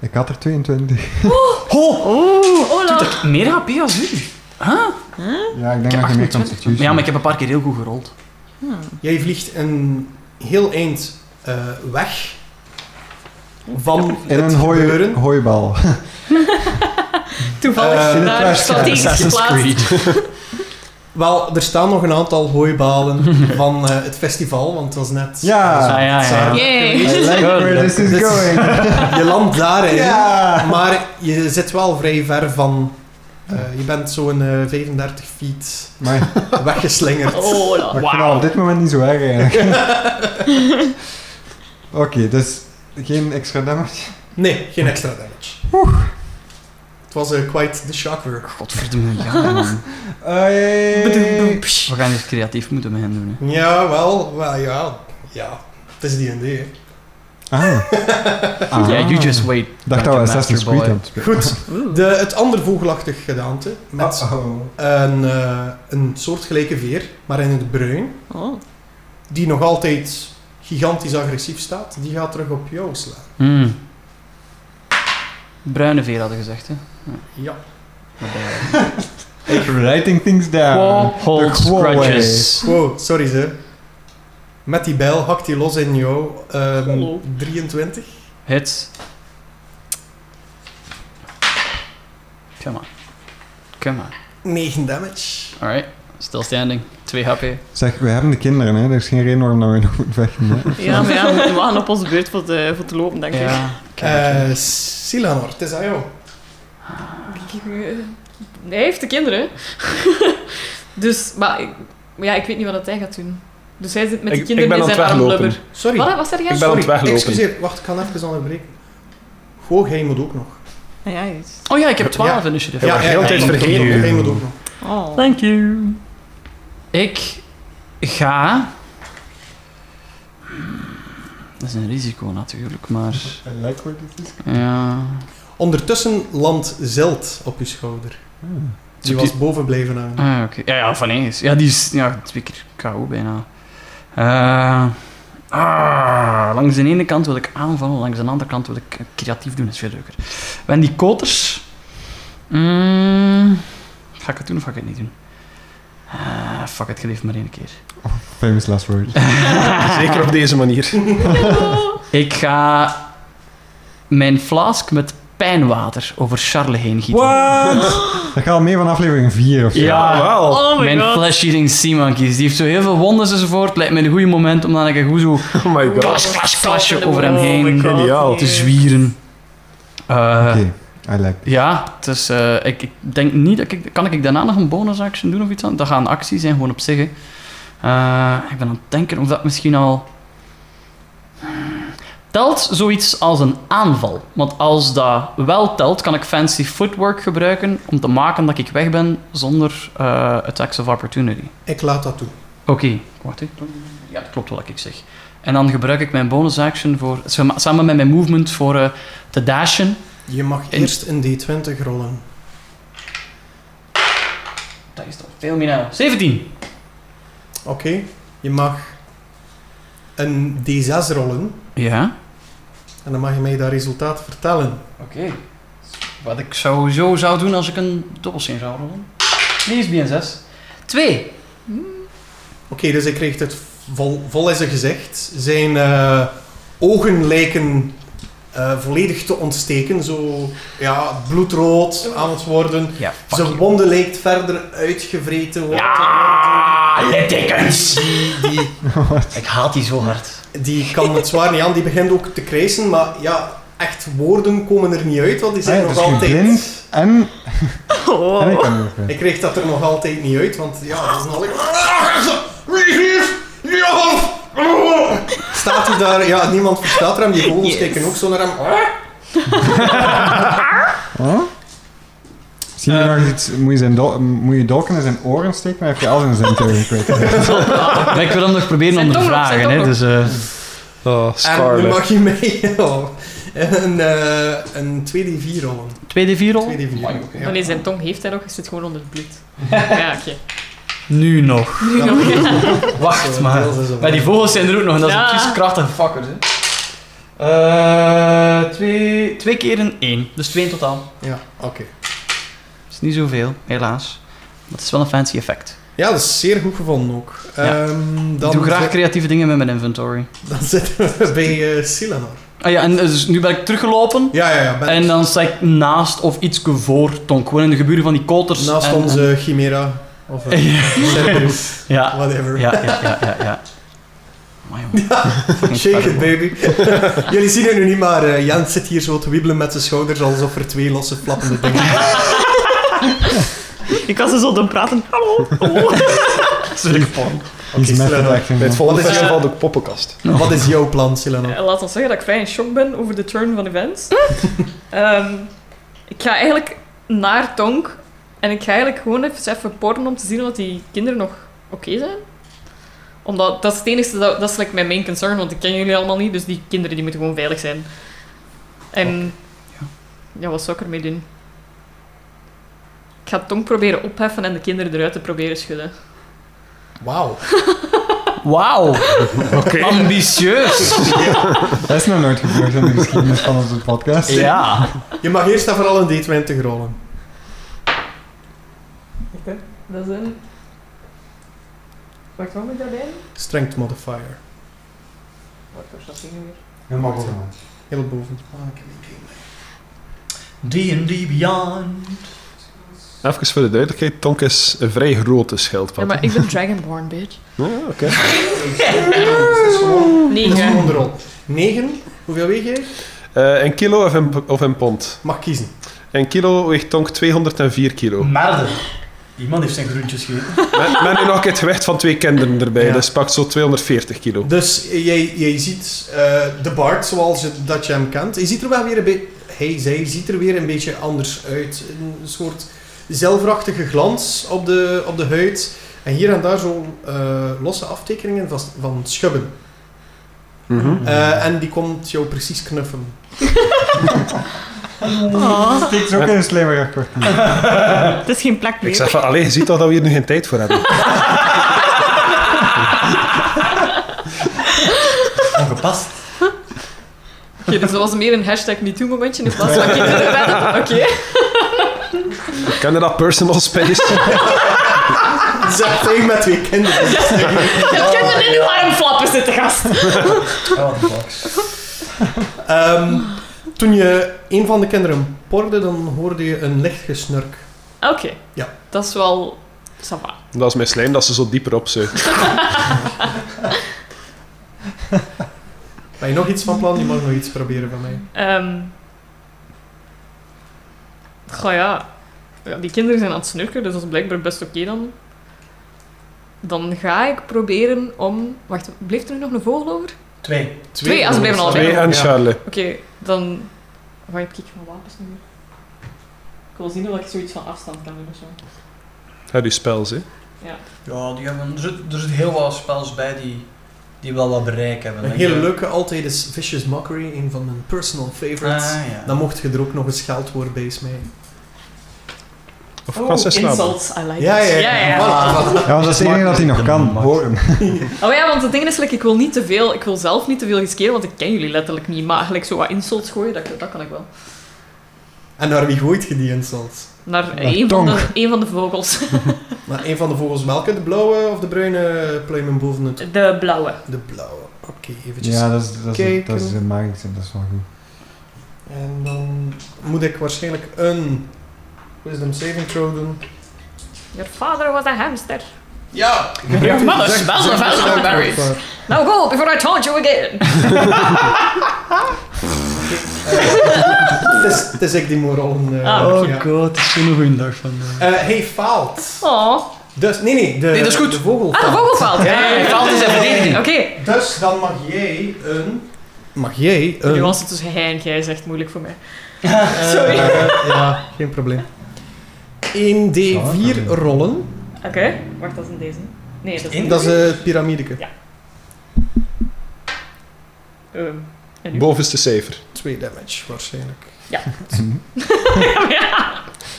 Ik had er 22. Ho! Oeh, Doet Olaf! er meer HP als u? Ja, ik denk dat heb je meer 28. constitution... Ja, maar ik heb een paar keer heel goed gerold. Jij vliegt een heel eind eh, weg van In het een hooi, gebeuren. hooibal. Toevallig Eh, in het daar trash strategisch geplaatst. Wel, er staan nog een aantal hooibalen van eh, het festival, want het was net... Ja. Ah, ja, ja. Sarah. I Yay! like where this is Dit is- going. Je landt daarin, Ja. maar je zit wel vrij ver van... eh, je bent zo'n eh, 35 feet Maar, maar weggeslingerd. Oh, Olaf. ik vind het op dit moment niet zo erg eigenlijk. Oké, dus geen extra damage. Nee, geen extra damage. Het was eh, quite the shocker. Godverdomme, ja. man. Hey. We gaan eens creatief moeten met hen doen. Hè. Ja, wel, wel ja. Ja, het is die hè. Ah. ah. Yeah, you just wait. dacht dat we Master Assassin's Creed Boy. aan het spelen. Goed, de, het andere vogelachtig gedaante met Oh. een, eh, een soortgelijke veer, maar in het bruin, Oh. die nog altijd gigantisch agressief staat, die gaat terug op jou slaan. Hmm. Bruine veer hadden gezegd, hè. Ja. Maar bij- Writing things down. Quo holds The quo way. grudges. Wow, sorry ze. Met die bijl hakt hij los in jou. ehm, Hallo. 23. Hits. Come on. Come on. 9 damage. Alright. Still standing. 2 HP. Zeg, we hebben de kinderen, hè. Er is geen reden waarom dat we nog moeten vechten. hè. Ja, maar ja, we moeten wachten op onze beurt voor te, voor te lopen, denk ik. Ja. Eh Silanor, het is aan jou. Hij heeft de kinderen. dus, maar ik, maar ja, ik weet niet wat dat hij gaat doen. Dus hij zit met die Ik- kinderen ik ben die aan zijn het arm weglopen. blubber. Sorry. Wat, wat zei jij? Ik ben aan het weglopen. Excuseer, wacht, ik kan even onderbreken. Goh, jij moet ook nog. Ah, ja, juist. Oh ja, ik heb 12 Ja. initiative. Ja, maar heel de tijd jij- vergeten. Jij moet ook nog. Oh. Thank you. Ik ga. Dat is een risico natuurlijk, maar. I like where this is Ja. Ondertussen landt Zelt op je schouder. Hmm. Die was boven blijven hangen. Ah, oké. Ja, ja, van eens. Ja, die is ja, twee keer KO bijna. Eh, ah, langs de ene kant wil ik aanvallen, langs de andere kant wil ik eh, creatief doen. Dat is veel leuker. Wendy Koters. Mm, ga ik het doen of ga ik het niet doen? Ah, fuck it, geef het maar één keer. Famous last word. Zeker op deze manier. Ik ga mijn flask met pijnwater over Charles heen gieten. Dat gaat al mee van aflevering 4 of zo. Ja, wel. Oh my mijn god. flash eating sea monkeys. Die heeft zo heel veel wondes enzovoort. Lijkt me een goede moment om dan een goed zo Oh my god. klas, klas, klasje Oh over hem my heen god, Geniaal. te yes. zwieren. Eh, Oké, I like. Ja, dus eh, ik, ik denk niet dat ik... Kan ik daarna nog een bonus action doen of iets aan? Dat gaan acties zijn, gewoon op zich. hè. Eh, ik ben aan het denken of dat misschien al... Telt zoiets als een aanval? Want als dat wel telt, kan ik fancy footwork gebruiken om te maken dat ik weg ben zonder eh, attacks of opportunity. Ik laat dat toe. Oké, wacht even. Ja, dat klopt wel wat ik zeg. En dan gebruik ik mijn bonus action voor, sam- samen met mijn movement voor eh, te dashen. Je mag En- eerst een D20 rollen. Dat is toch veel meer nou. 17! Oké, je mag een D6 rollen Ja, en dan mag je mij dat resultaat vertellen. oké. Wat ik sowieso zou doen als ik een dobbelsteen zou rollen. Nee, is een 6. 2! Oké, dus ik kreeg het vol, vol in zijn gezicht. Zijn eh, ogen lijken eh, volledig te ontsteken, zo ja, bloedrood aan het worden. Ja, fuck Zijn you. wonden lijkt verder uitgevreten te worden. Ja, littekens! Die, die, Ah, Ik haat die zo hard. die kan het zwaar niet aan, die begint ook te krijsen, maar ja, echt woorden komen er niet uit, want die zijn Ah ja, nog dus je altijd... blind en, en ik Oh. kan niet meer. Ik kreeg dat er nog altijd niet uit, want ja, dat is nog... Staat hij daar... Ja, niemand verstaat hem. Die vogels Yes. kijken ook zo naar hem. Huh? Eh. Misschien moet je nog iets, moet je, zijn dol- moet je dolken in zijn oren steken, dan heb je al zijn zintuigen kwijt. Maar ik wil hem nog proberen Zijn tong nog, ondervragen, zijn hè. tong Dus, eh, Oh, En dan Scarlet. mag je mee ja, een, eh, een 2d4 rollen. 2d4 rol? 2d4. Maar Ja. nee, zijn tong heeft hij nog. Hij zit gewoon onder het bloed. Ja, oké. Nu nog. Nu nog. Wacht Zo, maar. deels is het Maar die vogels zijn er ook nog en dat zijn Ja. precies krachtige fuckers, hè. Eh, twee, twee keer een één. Dus twee in totaal. Ja, oké. Dat is niet zoveel, helaas. Maar het is wel een fancy effect. Ja, dat is zeer goed gevonden ook. Ja. Ehm, ik dan, doe graag zit- creatieve dingen met mijn inventory. dan zitten we bij eh, Silanor. Ah ja, en dus nu ben ik teruggelopen. Ja, ja, ja. Ben En dan sta ik naast of iets voor Tonk. Gewoon in de geburen van die koters. naast en- onze Chimera. Of en- eh, Cerberus. ja. Whatever. Ja, ja, ja, ja, ja. Maar jongen. fucking Shake it, terrible. baby. Jullie zien het nu niet, maar eh Jens zit hier zo te wiebelen met zijn schouders alsof er twee losse flappende dingen Ik was dus- er zo door praten. Hallo. Oh. Iets met Silanor. het echt Bij het in. volgende Wat is- festival de poppenkast. Wat is jouw plan, Silanor? Eh, Laat ons zeggen dat ik vrij in shock ben over de turn van events. Ehm, ik ga eigenlijk naar Tonk en ik ga eigenlijk gewoon even, even porren om te zien of die kinderen nog oké zijn. Omdat dat is het enige, dat, dat is like mijn main concern, want ik ken jullie allemaal niet, dus die kinderen die moeten gewoon veilig zijn. En ja. ja. wat zou ik ermee doen? Ik ga Tonk proberen opheffen en de kinderen eruit te proberen schudden. Wauw. Wauw. Ambitieus. Dat is nog nooit gebeurd in de geschiedenis van onze podcast. Ja. Je mag eerst en vooral een D20 rollen. Dat is een... Wacht, wat moet daarbij? Strength modifier. Wat was dat nu weer? Helemaal bovenaan. Heel boven. D&D Beyond. Even voor de duidelijkheid, Tonk is een vrij grote Ja, schildpad. maar ik ben Dragonborn, bitch. Ja, Ah, oké. Dat is gewoon dat is Negen. gewoon de rol. 9. Hoeveel weeg jij? Eh, een kilo of een, of een pond? Mag kiezen. Een kilo weegt Tonk 204 kilo. Merde. Iemand heeft zijn groentjes gegeten. Met, met nu nog een keer het gewicht van twee kinderen erbij, Ja. dus pakt zo 240 kilo. Dus eh, jij, jij ziet eh, de Bart zoals je, dat je hem kent. Hij ziet er wel weer een beetje... Hij, zij ziet er weer een beetje anders uit. Een soort zilverachtige glans op de, op de huid. En hier en daar zo eh, losse aftekeningen van, van schubben. Mhm. Eh, en die komt jou precies knuffen. Oh. Steekt ze ook in een slimmerig kwartier. Het is geen plek Ik meer. zeg van, allee, je ziet toch dat we hier nu geen tijd voor hebben. Ongepast. Oké, dus dat was meer een hashtag MeToo-momentje in plaats van kinderen redden. Oké. Ken je dat personal space? Zegt hij met twee kinderen. Je kunt in uw armflappen zitten, gast. Oh, de box. Ehm, toen je een van de kinderen porde, dan hoorde je een licht gesnurk. Oké. Ja. Dat is wel... Ça va. dat is mijn slijm dat ze zo dieper opzuigt. Ben je nog iets van plan? Je mag nog iets proberen van mij. Ehm. Goh ja. ja. Die kinderen zijn aan het snurken, dus dat is blijkbaar best oké dan. Dan ga ik proberen om... Wacht, blijft er nog een vogel over? Twee. Twee, als ze blijven allebei. Twee en Charlie. Oké, dan... Waar heb ik van wapens nu? Ik wil zien of ik zoiets van afstand kan doen of zo. Ja, die spels, hè. Ja, die hebben, er, zit, er zit heel wat spels bij die, die wel wat bereik hebben. Een Ik, hele eh, leuke altijd is Vicious Mockery, een van mijn personal favorites. Ah, ja. Dan mocht je er ook nog een scheldwoord bij smijten. Of kan ze slapen? insults, I like Ja, it. ja, ja. Voilà, voilà. Ja, want dat is het enige dat hij nog kan horen. Oh ja, want het ding is, like, ik wil niet te veel, ik wil zelf niet te veel riskeren, want ik ken jullie letterlijk niet. Maar eigenlijk zo wat insults gooien, dat, dat kan ik wel. En naar wie gooit je die insult? Naar Naar een van, tong. de, een van de vogels. Maar een van de vogels welke? De blauwe of de bruine pluimen boven het... De blauwe. De blauwe. Oké, eventjes. Ja, dat is, dat is, Kijken. dat is een magische, dat is wel goed. En dan moet ik waarschijnlijk een wisdom saving throw doen. Your father was a hamster. Ja! Your mother smells of elderberries. Of, eh, Now go, before I taunt you again. Het is- Het is ik die moet rollen. eh, Ah, ja. Oh god, het is geen goede dag vandaag. Eh, hij faalt. Oh. Dus, nee, nee. De, Nee, dat is goed. De vogel Ah, de faalt. vogel faalt. Ja, hij faalt in zijn verdediging. Oké. Dus dan mag jij een... Mag jij De een... nuance tussen hij en jij is echt moeilijk voor mij. eh, Sorry. ja, geen probleem. 1d4 rollen. Oké. Wacht, dat is in deze. Nee, dat is In? Dat is eh, het piramideke. eh, Ehm, en nu? Bovenste cijfer. 2 damage waarschijnlijk. ja.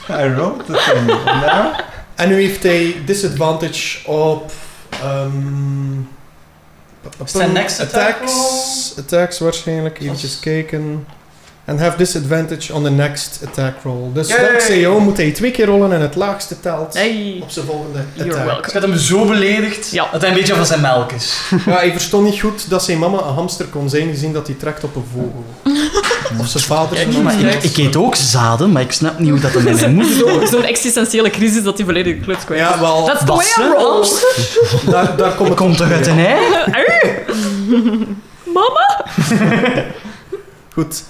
I rolled the thing. Nou, En nu heeft hij disadvantage op... ehm, pa- pa- Is het zijn next attack attacks. Attacks waarschijnlijk. Eventjes kijken. And have disadvantage on the next attack roll. Dus Yay! dankzij jou moet hij twee keer rollen en het laagste telt Hey. op zijn volgende You're attack. Ik welcome. had hem zo beledigd Ja. dat hij een beetje van zijn melk is. Ja, ik verstond niet goed dat zijn mama een hamster kon zijn gezien dat hij trekt op een vogel. Of zijn vader zijn mama ik, trekt. eet ook zaden, maar ik snap niet hoe dat in mijn moeder Zo'n zo'n existentiële crisis dat die volledige club kwijt Ja, wel, Dat is the way I Bassen. roll. daar, daar komt het komt toch uit een ei? Mama? Goed.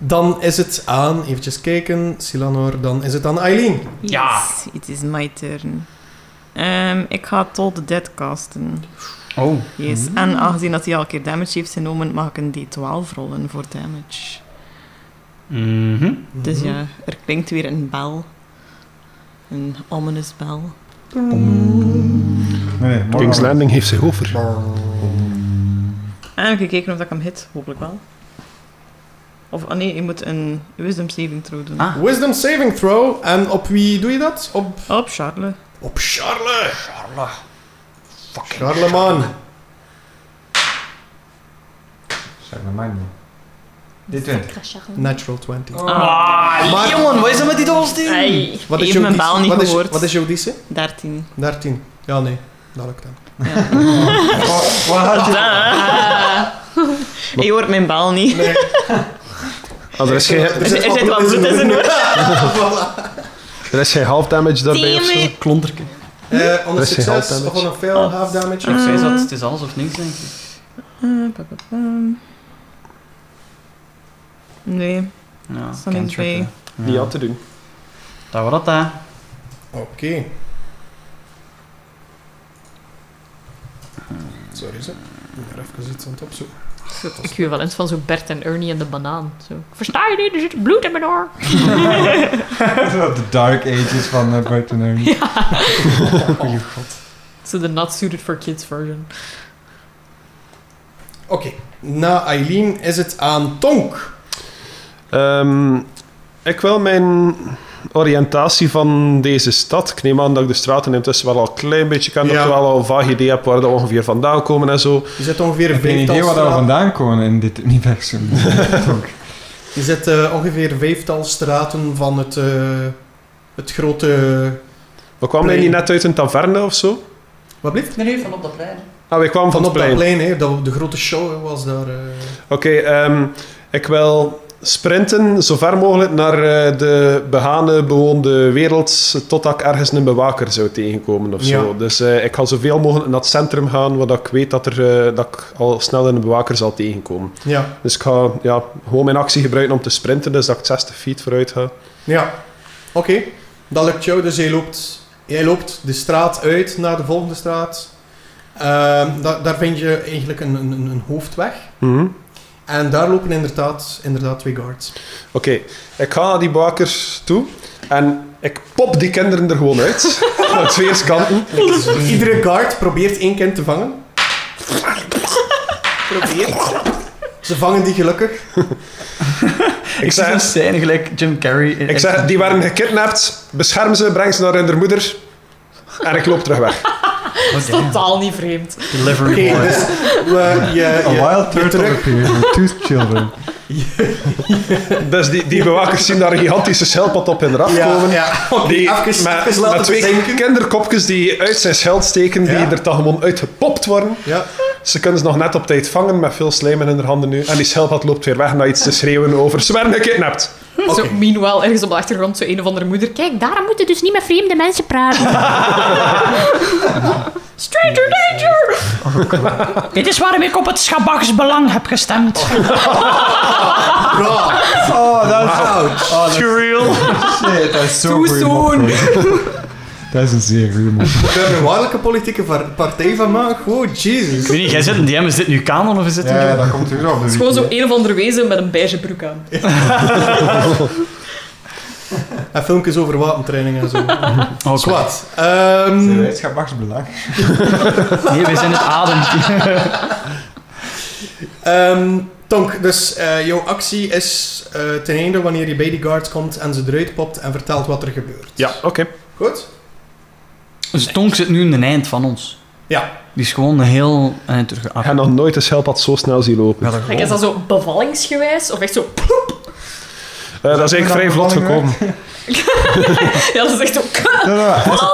Dan is het aan, eventjes kijken, Silanor, dan is het aan Eileen. Yes, Ja. it is my turn. Ehm, ik ga Toll the Dead casten. Oh. Yes. En aangezien dat hij al een keer damage heeft genomen, mag ik een D12 rollen voor damage. Mhm. Dus ja, er klinkt weer een bel. Een ominous bel. Mm. Nee, nee, morgen. King's Landing heeft zich over. En ik heb gekeken of dat ik hem hit, hopelijk wel. Of, ah nee, je moet een wisdom saving throw doen. Ah. Wisdom saving throw. En op wie doe je dat? Op, Op Charlotte. op Charle. Charlemagne. Zeg maar mij niet. D20. Natural 20. Oh. Ah, Maar- jongen, wat is dat met die dobbelsteen? Hey, Wat heeft jouw mijn DC? bel niet wat is, gehoord. Wat is jouw DC? 13. 13. Ja, nee. Dat lukt hem. Wat wat had je? Ah, Je hoort mijn bel niet. Nee. Ah, er, is geen, Er zit wat bloed in dus zijn oor. oor. er is geen half damage daarbij of zo. Klonterke. Eh, on Er een is geen succes half of damage. on een fail, Ah. half damage. Ik zei dat het is alles of niks, denk ik. Eh, pa, pa, pam. Nee, Ja, Staan in cantrip, twee. hè. Niet aan te doen. Dat wordt dat, hè. Oké. Sorry, ze. Ik ben even iets aan het opzoeken. Zo, Ik wil wel eens van zo Bert en Ernie en de banaan. Zo. Ik Versta je niet? Er zit bloed in mijn oor. De Dark Ages van uh, Burton Ernie. Goeie god. Zo de not suited for kids version. Oké, na Eileen is het aan Tonk. Ehm, ik wil mijn oriëntatie van deze stad. Ik neem aan dat ik de straten intussen wel al een klein beetje ken. Ja. Dat ik wel al een vaag idee heb waar dat ongeveer vandaan komen en zo. Je zit ongeveer Ik heb geen vijftal idee waar we straten- vandaan komen in dit universum. Je zit eh, ongeveer vijftal straten van het, eh, het grote... We kwamen Plein. niet net uit een taverne of zo? Wat blijft? Nee, nee, van op dat plein. Ah, wij kwamen van, Van het op dat plein. plein, hè, dat, de grote show hè, was daar. eh. Oké, ehm, ik wil sprinten zo ver mogelijk naar eh, de begane, bewoonde wereld, totdat ik ergens een bewaker zou tegenkomen of zo. Ja. Dus eh, ik ga zoveel mogelijk naar het centrum gaan, waar dat ik weet dat, er, eh, dat ik al snel een bewaker zal tegenkomen. Ja, Dus ik ga ja, gewoon mijn actie gebruiken om te sprinten, dus dat ik 60 feet vooruit ga. ja. Oké, dat lukt jou. Dus jij loopt, jij loopt de straat uit naar de volgende straat. Ehm, da- daar vind je eigenlijk een, een, een hoofdweg. Mhm. En daar lopen inderdaad, inderdaad twee guards. Oké, ik ga naar die bewakers toe en ik pop die kinderen er gewoon uit. Aan twee kanten. Iedere guard probeert één kind te vangen. Probeert. Ze vangen die gelukkig. Ik zie zeg- zo'n scène gelijk Jim Carrey. in Ik zeg, Action. die waren gekidnapt, bescherm ze, breng ze naar hun moeder. En ik loop terug weg. Oh, Dat is totaal niet vreemd. Delivery Oké, boy. dus we, je, je, A wild turtle terug. appeared with two children. Dus die, die bewakers zien daar een gigantische schelpad op hun raf ja, komen. ja. Die Even- met, even laten met twee zinken. kinderkopjes die uit zijn scheld steken, die Ja. er dan gewoon uitgepopt worden. ja. Ze kunnen ze nog net op tijd vangen met veel slijm in hun handen nu. En die schelpad loopt weer weg naar iets te schreeuwen over. Ze werden gekidnapt. Oké. Zo, meanwhile, ergens op de achtergrond, zo een of andere moeder. Kijk, daarom moeten dus niet met vreemde mensen praten. Stranger danger! Dit is waarom ik op het schabachsbelang heb gestemd. Bra. Oh, dat is... Oh, dat is- Shit, dat is zo'n Too goeie mop, soon. hoor. Dat is een zeer goede mop. We hebben een waarlijke politieke var- partij van maken. Gewoon, Jesus. Ik weet niet, jij zit een DM, is dit nu kanon of is dit Ja, een... dat komt terug op de Het is gewoon zo wiki. een of andere wezen met een beige broek aan. En filmpjes over wapentrainingen en zo. Oh, oké. Zwat. Ehm, eh, Zijn wij schabachsbelang? Nee, we zijn het adem. ehm, Tonk, dus eh, jouw actie is eh, ten einde wanneer je bij die guards komt en ze eruit popt en vertelt wat er gebeurt. Ja, oké. Goed? Dus Tonk zit nu in een eind van ons. Ja. Die is gewoon een heel eh, eind terug. Ik heb nog nooit een schelpad zo snel zien lopen. Wel een Like, is dat zo bevallingsgewijs? Of echt zo... Eh, dat is eigenlijk vrij vlot gekomen. Ja, dat is echt zo... No, no, asking,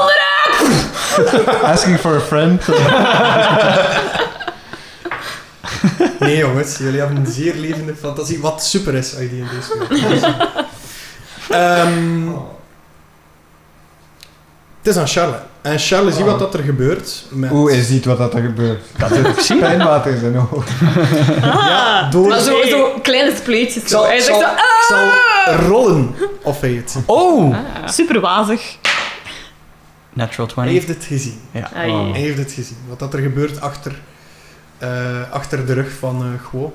asking for a friend. Nee jongens, jullie hebben een zeer levende fantasie, wat super is uit die in deze wereld. Ehm, Het is aan Charles. En Charles, zie wat dat er gebeurt. Met Oeh, hij ziet wat dat er gebeurt. Dat is pijnwater in zijn ogen. Ah, door- maar zo, Nee. zo kleine spleetjes. Ik zal, zo. Hij ik zegt zal, zo... ik zal rollen of hij het. Oh! Ah. Super wazig. Natural 20. Hij heeft het gezien. Ja. Ai. Hij heeft het gezien. Wat dat er gebeurt achter, eh, achter de rug van eh Guo.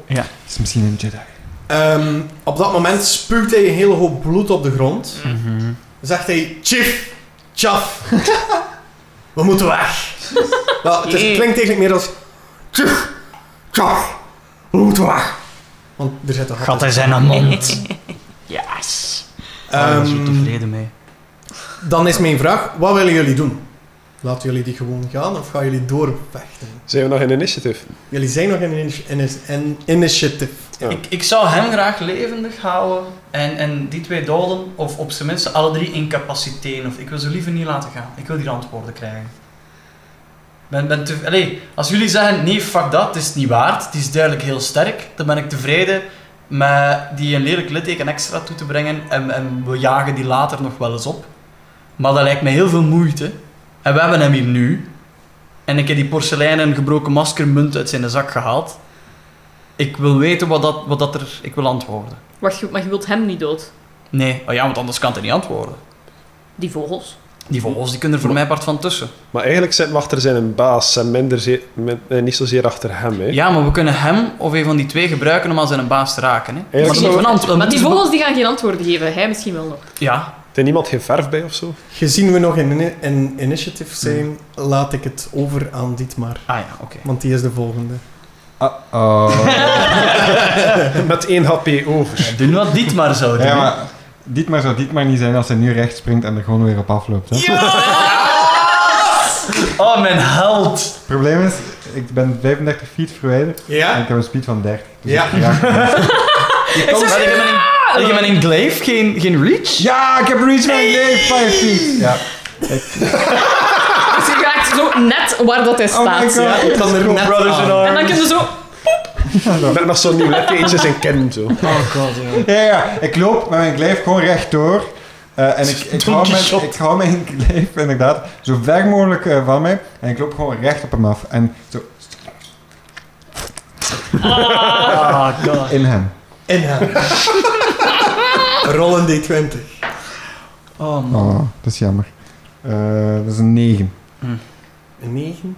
is misschien een Jedi. Ehm, op dat moment spuugt hij een hele hoop bloed op de grond. Zegt hij, chief, chaf, we moeten weg. nou, het, is- het klinkt eigenlijk meer als, chief, chaf, we moeten weg. Want er zit een gat Gat in. in zijn mond. Yes. Ah, Daar is Ehm, er tevreden mee. dan is mijn vraag, wat willen jullie doen? Laten jullie die gewoon gaan of gaan jullie doorvechten? Zijn we nog in initiative? Jullie zijn nog in een in een- een initiative. Ja. Ik, ik zou hem graag levendig houden en, en die twee doden, of op zijn minst alle drie incapaciteren. Of ik wil ze liever niet laten gaan. Ik wil die antwoorden krijgen. Ben, ben te, allee, als jullie zeggen, nee, fuck dat, het is niet waard, het is duidelijk heel sterk, dan ben ik tevreden met die een lelijk litteken extra toe te brengen en, en we jagen die later nog wel eens op. Maar dat lijkt me heel veel moeite. En we hebben hem hier nu. En ik heb die porseleinen gebroken maskermunt uit zijn zak gehaald. Ik wil weten wat dat, wat dat er... Ik wil antwoorden. Wacht, goed, maar je wilt hem niet dood. Nee. Oh ja, want anders kan het niet antwoorden. Die vogels. Die vogels die kunnen er voor mij part van tussen. Maar eigenlijk zitten we achter zijn baas en minder ze- men- eh, niet zozeer achter hem. Hè. Ja, maar we kunnen hem of een van die twee gebruiken om aan zijn baas te raken. Hè. Eigenlijk Maar die zou- moeten antwo- Maar die moeten- vogels die gaan geen antwoorden geven. Hij misschien wel nog. eh, Ja. Heeft niemand geen verf bij of zo? Gezien we nog in een in initiative zijn, laat ik het over aan Dietmar. Ah ja, oké. Want die is de volgende. Uh-oh. Met 1 HP over. Doe wat dit maar zo doen. ja, maar Dietmar zou Dietmar niet zijn als hij nu recht springt en er gewoon weer op afloopt. Hè? Oh, mijn held. Het probleem is, ik ben 35 feet verwijderd en Ja? ik heb een speed van 30. Dus Ja. ik raak- Maar ik heb mijn- ik heb mijn glaive geen, geen reach. ja, ik heb reach mijn nee, 5 feet. Ja. Dus je raakt zo net waar dat hij Oh my god. staat. Ja, ik kan er net aan. en dan kun je zo... Met nog zo'n nieuw lettertje in zijn kin. Zo. Ja, ja, ik loop met mijn glijf gewoon rechtdoor. Eh en ik, ik, hou mijn, ik hou mijn glijf inderdaad zo ver mogelijk eh, van mij. En ik loop gewoon recht op hem af. En zo Ah, god. in hem. In hem. Rollen D20. Oh, man. Oh, dat is jammer. Eh, dat is een 9. Een 9.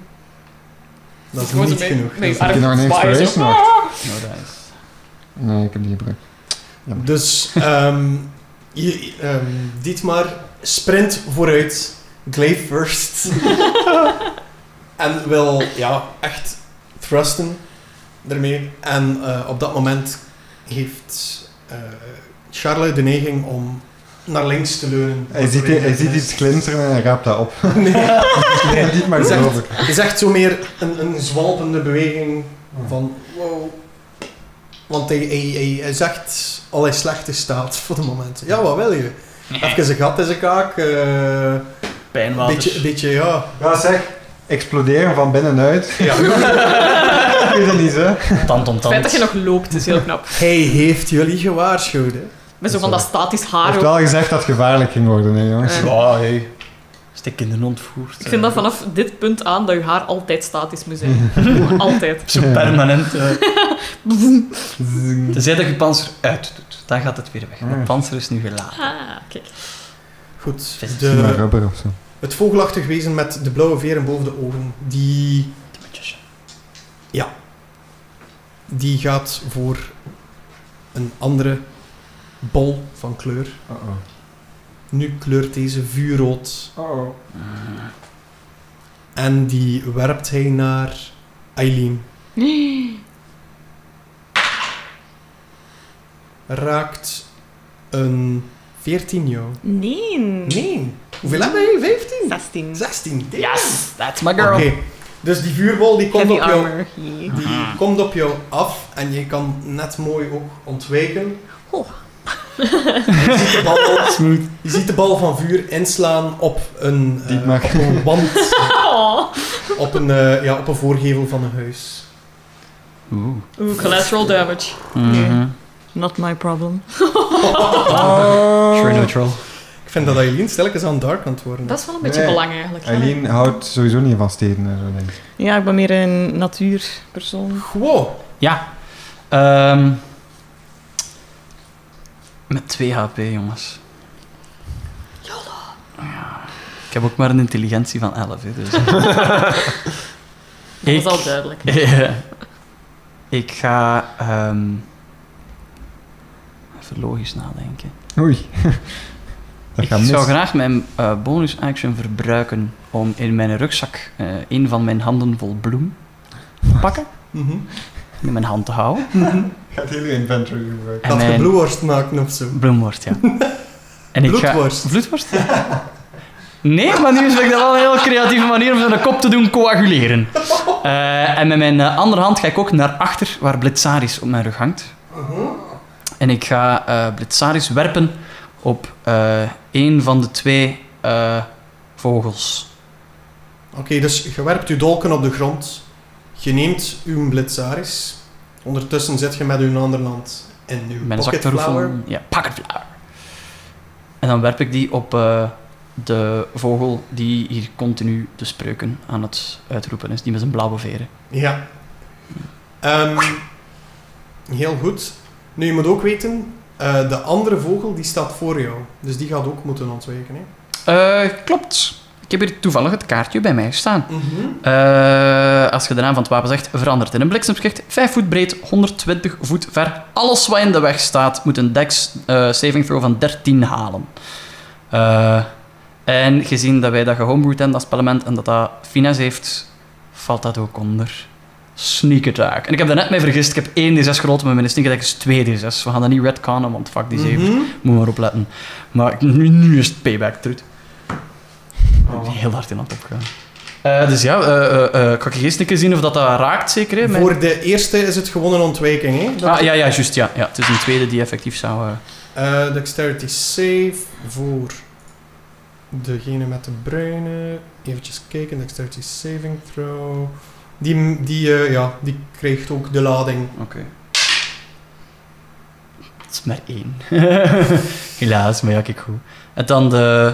Dat is Gewoon zo niet mee- genoeg. mee- Heb je nog een Zwaaien, zo. inspiration? nog? No Nou, dice. Nee, ik heb die gebruikt. Dus, ehm je, ehm, Dietmar sprint vooruit. Glaive first. en wil ja, echt thrusten ermee. En eh, op dat moment heeft eh Charlotte de neiging om naar links te leunen. Hij ziet, hij ziet iets glinsteren en hij raapt dat op. Nee. Nee, niet maar Hij zegt- geloven. Het is echt zo meer een, een zwalpende beweging van wow. Want hij, hij, hij, hij zegt al hij slecht in staat voor de moment. Ja, wat wil je? Even een gat in zijn kaak. eh, een Pijnwater. beetje, een beetje, ja. Ja, zeg. Exploderen van binnenuit. ja. Ik weet het niet, hè. Tand om Het feit tand. dat je nog loopt is heel knap. hij heeft jullie gewaarschuwd. Hè? Met zo van dat statisch haar. Heeft ook. wel gezegd dat het gevaarlijk ging worden, hè, jongens. Eh, Ja, hey. Als de kinderen ontvoerd. eh. ik vind dat vanaf dit punt aan dat je haar altijd statisch moet zijn. altijd. Zo permanent. eh. Tenzij dat je panzer uit doet. Dan gaat het weer weg. De panzer is nu geladen. Ah, kijk. Goed. Vis. Misschien maar De, rubber of zo. het vogelachtig wezen met de blauwe veren boven de ogen, die, die gaat voor een andere bol van kleur. Uh-oh. Nu kleurt deze vuurrood Uh-oh. en die werpt hij naar Eileen. Raakt een 14 jou. Nee. Nee. Hoeveel hebben wij? 15? 16. 16. damn. Yes, that's my Oké. girl. Dus die vuurbol die komt Heavy op jou armor. Yeah. Die komt op jou af en je kan net mooi ook ontwijken. Oh. Je, ziet de bal, je ziet de bal van vuur inslaan op een, eh, Diep maar. op een wand, Oh. op een, eh, ja, op een voorgevel van een huis. Oeh. Oeh, collateral damage. Mhm. Not my problem. True neutral. Ik vind dat Aileen stilletjes aan dark aan het worden Dat is wel een beetje Nee. belang eigenlijk. hè. Eileen houdt sowieso niet van steden en zo, denk ik. Ja, ik ben meer een natuurpersoon. Wow. Ja. Ehm, met 2 HP, jongens. Ja. Ik heb ook maar een intelligentie van 11, hè, dus... Dat is Ik- al duidelijk. Ja. Ik ga... ehm, even logisch nadenken. Oei. dat Ik gaat zou mis. graag mijn eh, bonus action verbruiken om in mijn rugzak eh, een van mijn handen vol bloem te pakken. Mhm. In mijn hand te houden. Gaat heel je inventory gebruiken. En Dat je mijn- bloedworst maken of zo. Bloemworst, ja. En ik ga- Bloedworst. Bloedworst? Nee, maar nu vind ik dat wel een heel creatieve manier om zo'n kop te doen coaguleren. Eh, en met mijn eh, andere hand ga ik ook naar achter, waar Blitzaris op mijn rug hangt. Mhm. En ik ga eh Blitzaris werpen op eh een van de twee eh, vogels. Oké, dus je werpt je dolken op de grond. Je neemt uw blitzaris. Ondertussen zit je met uw andere hand in uw Mijn pocketflower. zakterroefel. Ja, pocketflower. En dan werp ik die op eh, de vogel die hier continu de spreuken aan het uitroepen is. Die met zijn blauwe veren. Ja. Ehm, heel goed. Nu, je moet ook weten, eh, de andere vogel die staat voor jou. Dus die gaat ook moeten ontwijken. Hè? Eh, klopt. Ik heb hier toevallig het kaartje bij mij staan. Mhm. Eh, als je de naam van het wapen zegt, verandert in een bliksemschicht. 5 voet breed, 120 voet ver. Alles wat in de weg staat, moet een dex eh, saving throw van 13 halen. Eh, en gezien dat wij dat gehomebrewd hebben, dat spellement, en dat dat finesse heeft, valt dat ook onder sneak attack. En ik heb daarnet mij vergist, ik heb 1d6 gerold, maar mijn sneak attack is 2d6. We gaan dat niet retconnen, want fuck die 7. Mhm. Moet maar opletten. Maar nu, nu is het payback, trut. Ik ben heel hard in aan het opgaan. Eh, dus ja, eh, eh, eh, kan ik eerst een keer zien of dat, dat raakt, zeker? Hè? Mijn- Voor de eerste is het gewoon een ontwijking. Hè? Dat- Ah, ja, ja, juist, ja, ja. Het is een tweede die effectief zou... eh, Eh, dexterity save voor degene met de bruine. Eventjes kijken, dexterity saving throw. Die, die, eh, ja, die krijgt ook de lading. het is maar één. Helaas, maar ja, kijk goed. En dan de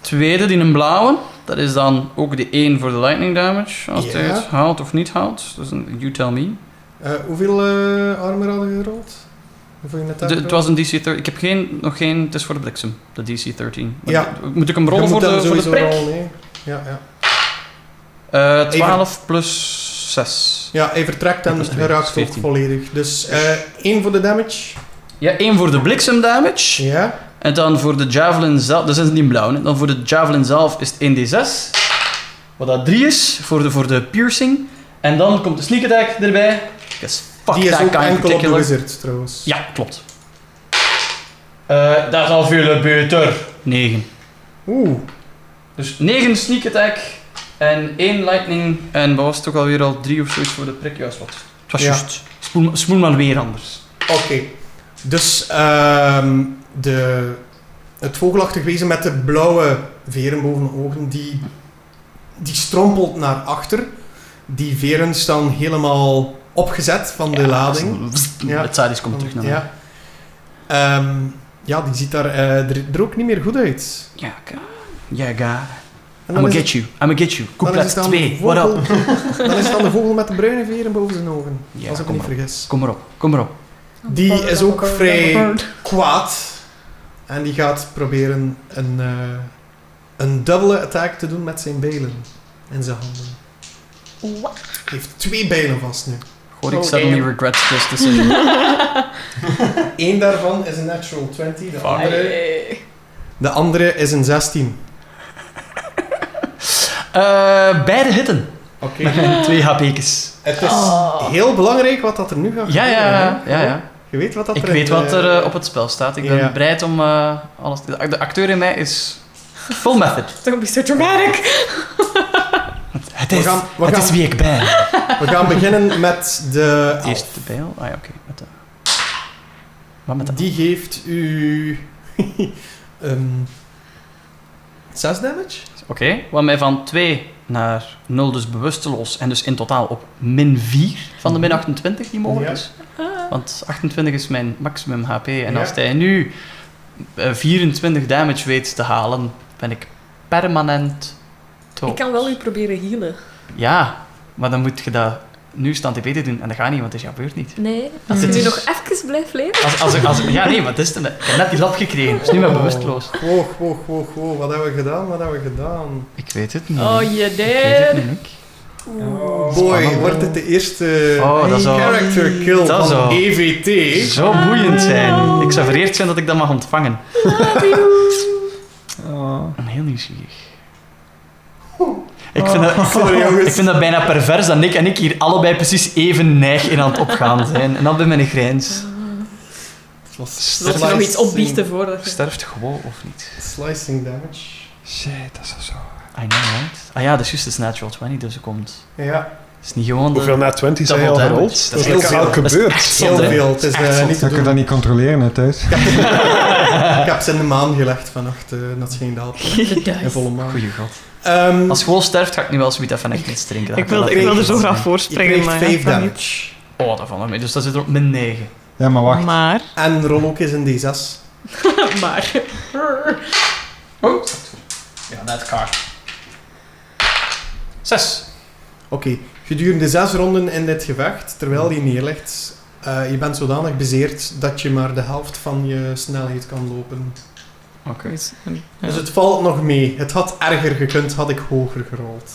tweede, die een blauwe. Dat is dan ook de één voor de lightning damage. Als hij Ja. het haalt of niet haalt. Dus een- you tell me. Eh, hoeveel eh armor hadden je gerold? Hoeveel je net De- het was een DC-13. Ik heb geen, nog geen... Het is voor de bliksem. De DC-13. Maar Ja. d- Moet ik hem rollen voor de, voor de prik? nee. Ja, ja. Eh, 12 plus 6. ja, hij vertrekt en Dat is twee, hij raakt ook 14. volledig. Dus eh één voor de damage. Ja, één voor de bliksem damage. Ja. En dan voor de javelin zelf... Dat is niet in blauw, hè. Dan voor de javelin zelf is het 1d6. Wat dat 3 is, voor de, voor de piercing. En dan komt de sneak attack erbij. Yes, fuck Die is that ook guy in enkel op de particular. wizard, trouwens. Ja, klopt. Eh dat is al veel beter. 9. Oeh. Dus 9 sneak attack en 1 lightning. En wat was het ook alweer al 3 of zoiets voor de prik? Juist wat. Het was Ja. juist. Spoel, ma- spoel maar weer anders. Oké. Dus ehm, de, het vogelachtig wezen met de blauwe veren boven de ogen, die, die strompelt naar achter. Die veren staan helemaal opgezet van de lading. Ja. Ja. Het zadis komt terug naar mij. Ja. Ehm, ja, die ziet daar eh, er, er ook niet meer goed uit. Ja, ga. Ja, ga. En I'ma is get you. I'ma get you. dan is het Couplet dan 2. de What up? vogel- Dan is het dan de vogel met de bruine veren boven zijn ogen. Ja, als ik me kom niet maar. vergis. Kom maar op. Kom maar op. Die is ook eh, vrij kwaad. En die gaat proberen een, eh, een dubbele attack te doen met zijn bijlen in zijn handen. Hij heeft twee bijlen vast nu. Hoor ik Oh, suddenly damn. regrets this decision. Eén daarvan is een natural 20, de andere, Allee. de andere is een 16. Eh, beide hitten. Oké. Twee HP's. Het is Ah. heel belangrijk wat dat er nu gaat Ja, ja, gebeuren, ja. hè? ja, ja. Je weet wat dat Ik er in weet de- wat er eh, op het spel staat. Ik ben Ja. bereid om eh, alles... De de acteur in mij is full method. Don't be so dramatic. Het We is, gaan, we, het is gaan, wie ik ben. we gaan beginnen met de elf. Eerst de bijl. Ah ja, oké. Met de... Wat met de... Die geeft u... ehm 6 damage? Oké. Wat mij van 2 naar 0 dus bewusteloos en dus in totaal op min 4 van de min 28 die mogelijk Ja. is. Want 28 is mijn maximum HP. En Ja. als hij nu eh, 24 damage weet te halen, ben ik permanent dood. Ik kan wel u proberen healen. Ja, maar dan moet je dat nu stand te beter doen. En dat gaat niet, want het is jouw beurt niet. Nee. Als Als ik het nu is- nog even blijf leven. Als, als, als, ja, nee, wat is het? Ik heb net die lap gekregen. Dus nu Oh. ben ik Oh, bewusteloos. Woog, woog, woog, woog. Wat hebben we gedaan? Wat hebben we gedaan? Ik weet het niet. Oh, je Ik weet het deed. niet, Nick. Boy, spannend. Oh, wordt dit de eerste Oh, dat zou- character kill dat van E zou- EVT? Zo boeiend zijn. Ik zou vereerd zijn dat ik dat mag ontvangen. Oh, Een heel nieuwsgierig. Ik Oh. vind, dat, Oh, ik vind dat bijna pervers dat Nick en ik hier allebei precies even neig in aan het opgaan zijn. En dat bij mijn grens. Zodat je nog iets opbiechten voordat je... Sterft gewoon of niet? Slicing damage. Shit, dat is zo. I know, right? Ah ja, dat is juist, dat is natural 20, dus dat komt. Ja, Het is niet gewoon de... Hoeveel na 20 Dat zijn je al wel damage. gerold? Dat Dat is is heel elke veel. Dat is gebeurd. echt zonde. zoveel. Het is Echt eh, zot. niet te Dat kun je doen. dat niet controleren hè, thuis. Ik heb ze in de maan gelegd vannacht. eh, dat is geen daal. De In volle duif. maan. Goeie god. Ehm, Als gewoon sterft, ga ik nu wel zoiets even echt niets drinken. Ik wil, ik wil er zo graag je voorspringen, krijgt maar... 5 ja, kan damage. Oh, dat valt nog mee. Dus dat zit er op min 9. Ja, maar niet. wacht. Maar... En rol ook eens een D6. Maar... Ja, dat kaart. 6. Oké, gedurende 6 ronden in dit gevecht, terwijl je neerlegt, eh, je bent zodanig bezeerd dat je maar de helft van je snelheid kan lopen. Dus, Dus het valt nog mee. Het had erger gekund, had ik hoger gerold.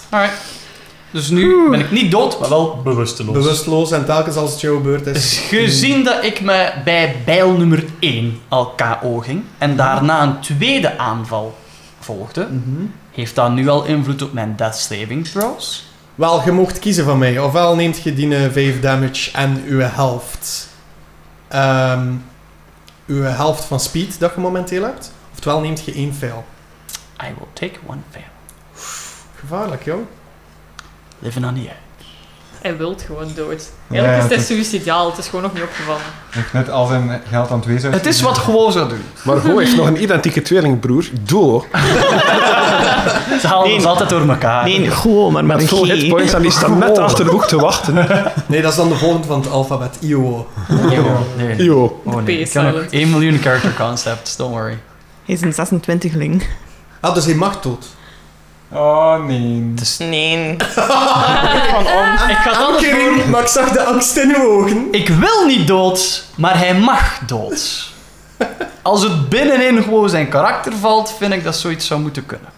Dus nu ben ik niet dood, maar wel bewusteloos. Bewusteloos en telkens als het jouw beurt Dus is. gezien dat ik me bij bijl nummer 1 al KO ging en daarna een tweede aanval volgde, Mhm. heeft dat nu al invloed op mijn death saving throws? Wel, je mocht kiezen van mij. Ofwel neemt je die eh, 5 damage en uw helft. Ehm uw helft van speed dat je momenteel hebt. Oftewel neemt je één fail. I will take one fail. Gevaarlijk, joh. Living on the edge. Hij wilt gewoon dood. Ja, Eigenlijk is het hij is- suicidaal. Het is gewoon nog niet opgevallen. Hij heeft net al zijn geld aan het wezen. Het is wat gewoon zou doen. Maar Go heeft nog een identieke tweelingbroer, Duo. Ze halen ons altijd door elkaar. Nee, gewoon, maar met Met een veel G. hitpoints en die staat net achter de hoek te wachten. Nee, dat is dan de volgende van het alfabet. IO. Yo, nee. Yo. Oh nee, ik P kan ook silent. 1 miljoen character concepts, don't worry. Hij is een 26-ling. Ah, dus hij mag dood. Oh nee. Nee. Ik ga het anders doen. maar ik zag de angst in uw ogen. Ik wil niet dood, maar hij mag dood. Als het binnenin gewoon zijn karakter valt, vind ik dat zoiets zou moeten kunnen.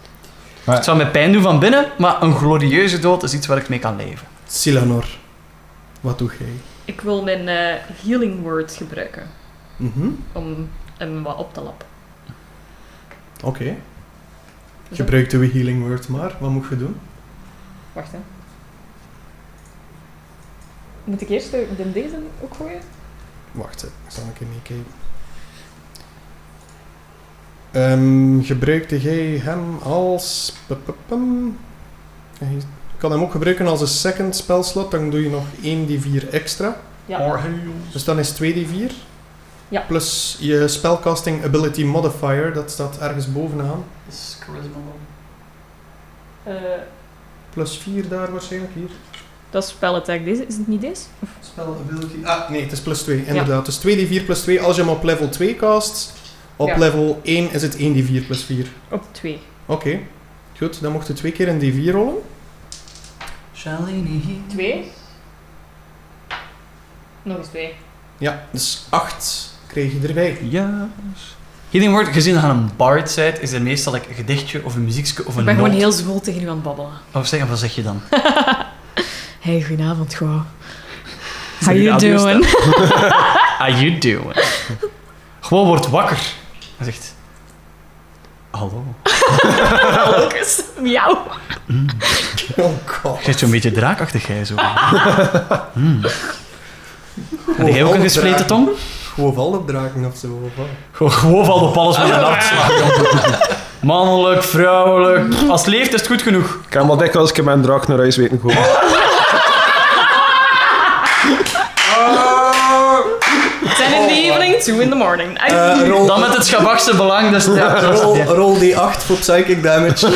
Maar- Het zou mij pijn doen van binnen, maar een glorieuze dood is iets waar ik mee kan leven. Silanor, wat doe jij? Ik wil mijn eh, healing word gebruiken. Mhm. Om hem wat op te lappen. Oké. Dus dat- Gebruik uw healing word maar. Wat moet je doen? Wacht, hè. Moet ik eerst de, de deze ook gooien? Wacht, hè. ik zal een keer meekijken. Ehm gebruikte jij hem als... pa, pa, pam. En Je kan hem ook gebruiken als een second spelslot. Dan doe je nog 1d4 extra. Ja. Dus dan is 2d4. Ja. Plus je spellcasting ability modifier. Dat staat ergens bovenaan. Is charisma Eh, Plus 4 daar waarschijnlijk hier. Dat is spell attack. Deze, is het niet deze? Spel ability. Ah, nee, het is plus 2, inderdaad. Dus 2d4 plus 2 als je hem op level 2 cast. Op Ja. level 1 is het 1d4 plus 4. Op twee. Oké, goed. Dan mocht je twee keer een d4 rollen. Shalini. Twee. Nog eens twee. Ja, dus 8 krijg je erbij. Ja. Healing Word, gezien dat je een bard bent, is er meestal like, een gedichtje of een muziekje of Ik een ben noot. gewoon heel zwoel tegen u aan het babbelen. Of zeg, wat zeg je dan? Hey, goedenavond, gewoon. Zeg How je you de audio doing? How you doing? Gewoon wordt wakker. Hij zegt... Hallo. Lucas, miauw. Oh god. Je hebt zo'n beetje draakachtig, jij zo. Hmm. Heb jij ook een gespleten tong? Gewoon valopdragen of zo. of wat? Gewoon- Gewoon valt op alles met een hart slaan. Mannelijk, vrouwelijk. Als het leeft is het goed genoeg. Ik kan wel dikwijls een keer mijn draak naar huis weten komen. Ten in the evening, two in the morning. I- Eh, rol, Eh, Dan met het schabakse belang. Dus ja, dat is- rol, rol d8 voor psychic damage.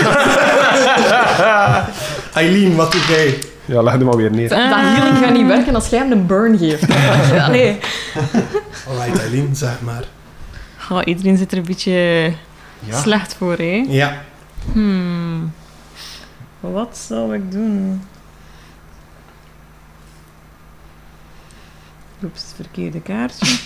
Eileen, wat doe jij? Ja, leg hem maar weer neer. dat healing gaat niet werken als jij hem een burn geeft. Ja, nee. Alright, Eileen, zeg maar. Oh, iedereen zit er een beetje Ja. slecht voor, hè? Ja. Hmm. Wat zou ik doen? Oeps, verkeerde kaartje.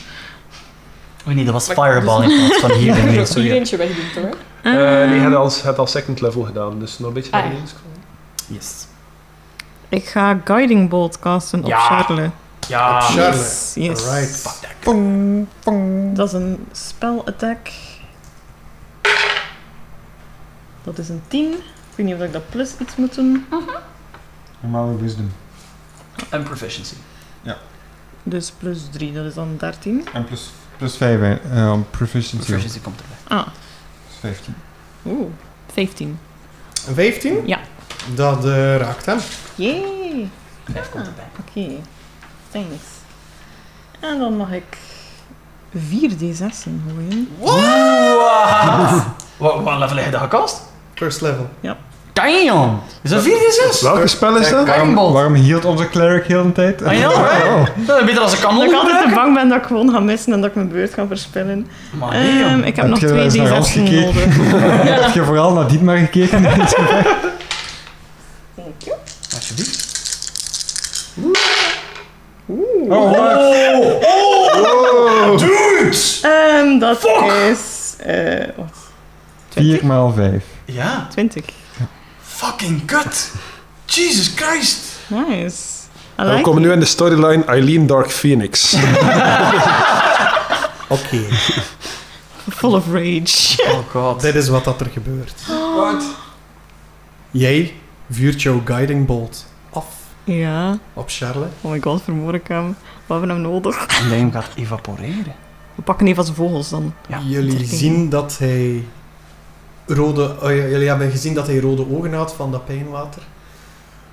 Oh nee, dat was Fireball in plaats van hier. Nee, Nog sorry. eentje wegdoet hoor. Eh nee, hij had al, hij had al second level gedaan, dus nog een beetje naar Ah, ja. beneden scrollen. Yes. Ik ga Guiding Bolt casten op Ja. Charlotte. Ja. Charlotte. Yes, yes. Alright. Pong, pong. Dat is een spelattack. Dat is een 10. Ik weet niet of ik dat plus iets moet doen. Normale wisdom. En proficiency. Dus plus 3, dat is dan 13. En plus, plus 5 eh, om proficiency. Proficiency komt erbij. Ah, Dus 15. oeh. 15. 15? Ja. Dat eh, raakt hem. Jee. Ah, Vijf komt erbij. Oké, thanks. En dan mag ik 4d6'en gooien. What? Wat wat level heb je dat gekast? First level. Damn! Is dat 4 d 6? Welke spel is dat? Waarom, Guiding Bolt. waarom hield onze cleric heel de tijd? Ah ja, hè? Dat is beter als een Omdat kanon ik altijd te gebruiken. bang ben dat ik gewoon ga missen en dat ik mijn beurt ga verspillen. Maar Ehm, damn. ik heb Heb nog je wel 2 eens naar ons d6'en gekeken? nodig. Heb je vooral naar Dietmar gekeken? Alsjeblieft. Oh, wat? Ehm, dat is... eh wat? 4 maal 5. Ja. 20. Fucking kut. Jesus Christ. Nice. We I like komen nu it. in de storyline Eileen Dark Phoenix. Oké, Full of rage. Oh god. dit is wat dat er gebeurt. Jij vuurt jouw guiding bolt af ja. op Charlotte. Oh my god, vermoord ik hem. We hebben hem nodig. En dat je hem gaat evaporeren. We pakken even zijn vogels dan. Ja, jullie dat ging. zien dat hij rode, oh ja, jullie hebben gezien dat hij rode ogen had van dat pijnwater.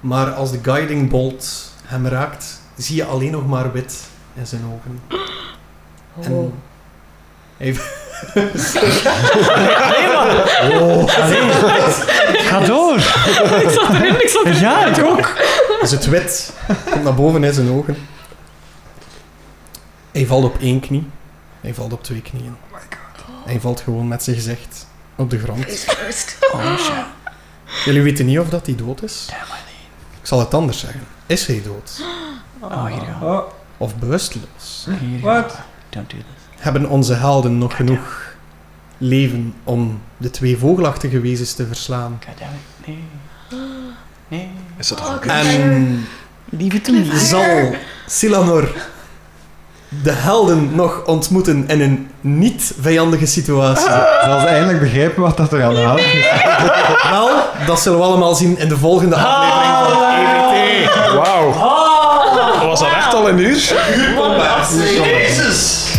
Maar als de guiding bolt hem raakt, zie je alleen nog maar wit in zijn ogen. Oh. En hij Oh. Ga door. Ik zat erin, ik zat erin. Ja, ik ook. is het wit. Komt naar boven in zijn ogen. Hij valt op één knie. Hij valt op twee knieën. Hij valt gewoon met zijn gezicht op de grond. Oh shit. Jullie weten niet of dat hij dood is. Ik zal het anders zeggen. Is hij dood? Oh, hier gaan Oh, Of bewusteloos? we. Hier gaan wat? we. Don't do this. Hebben onze helden nog genoeg leven om de twee vogelachtige wezens te verslaan? God damn it. Nee. Nee. Is dat ook? En Lieve toen niet. zal Silanor de helden nog ontmoeten in een niet-vijandige situatie? Zal ze eindelijk begrijpen wat dat er aan de hand is? Wel, dat zullen we allemaal zien in de volgende aflevering van EVT. Wauw. Was dat echt al een uur? Combat. Jezus!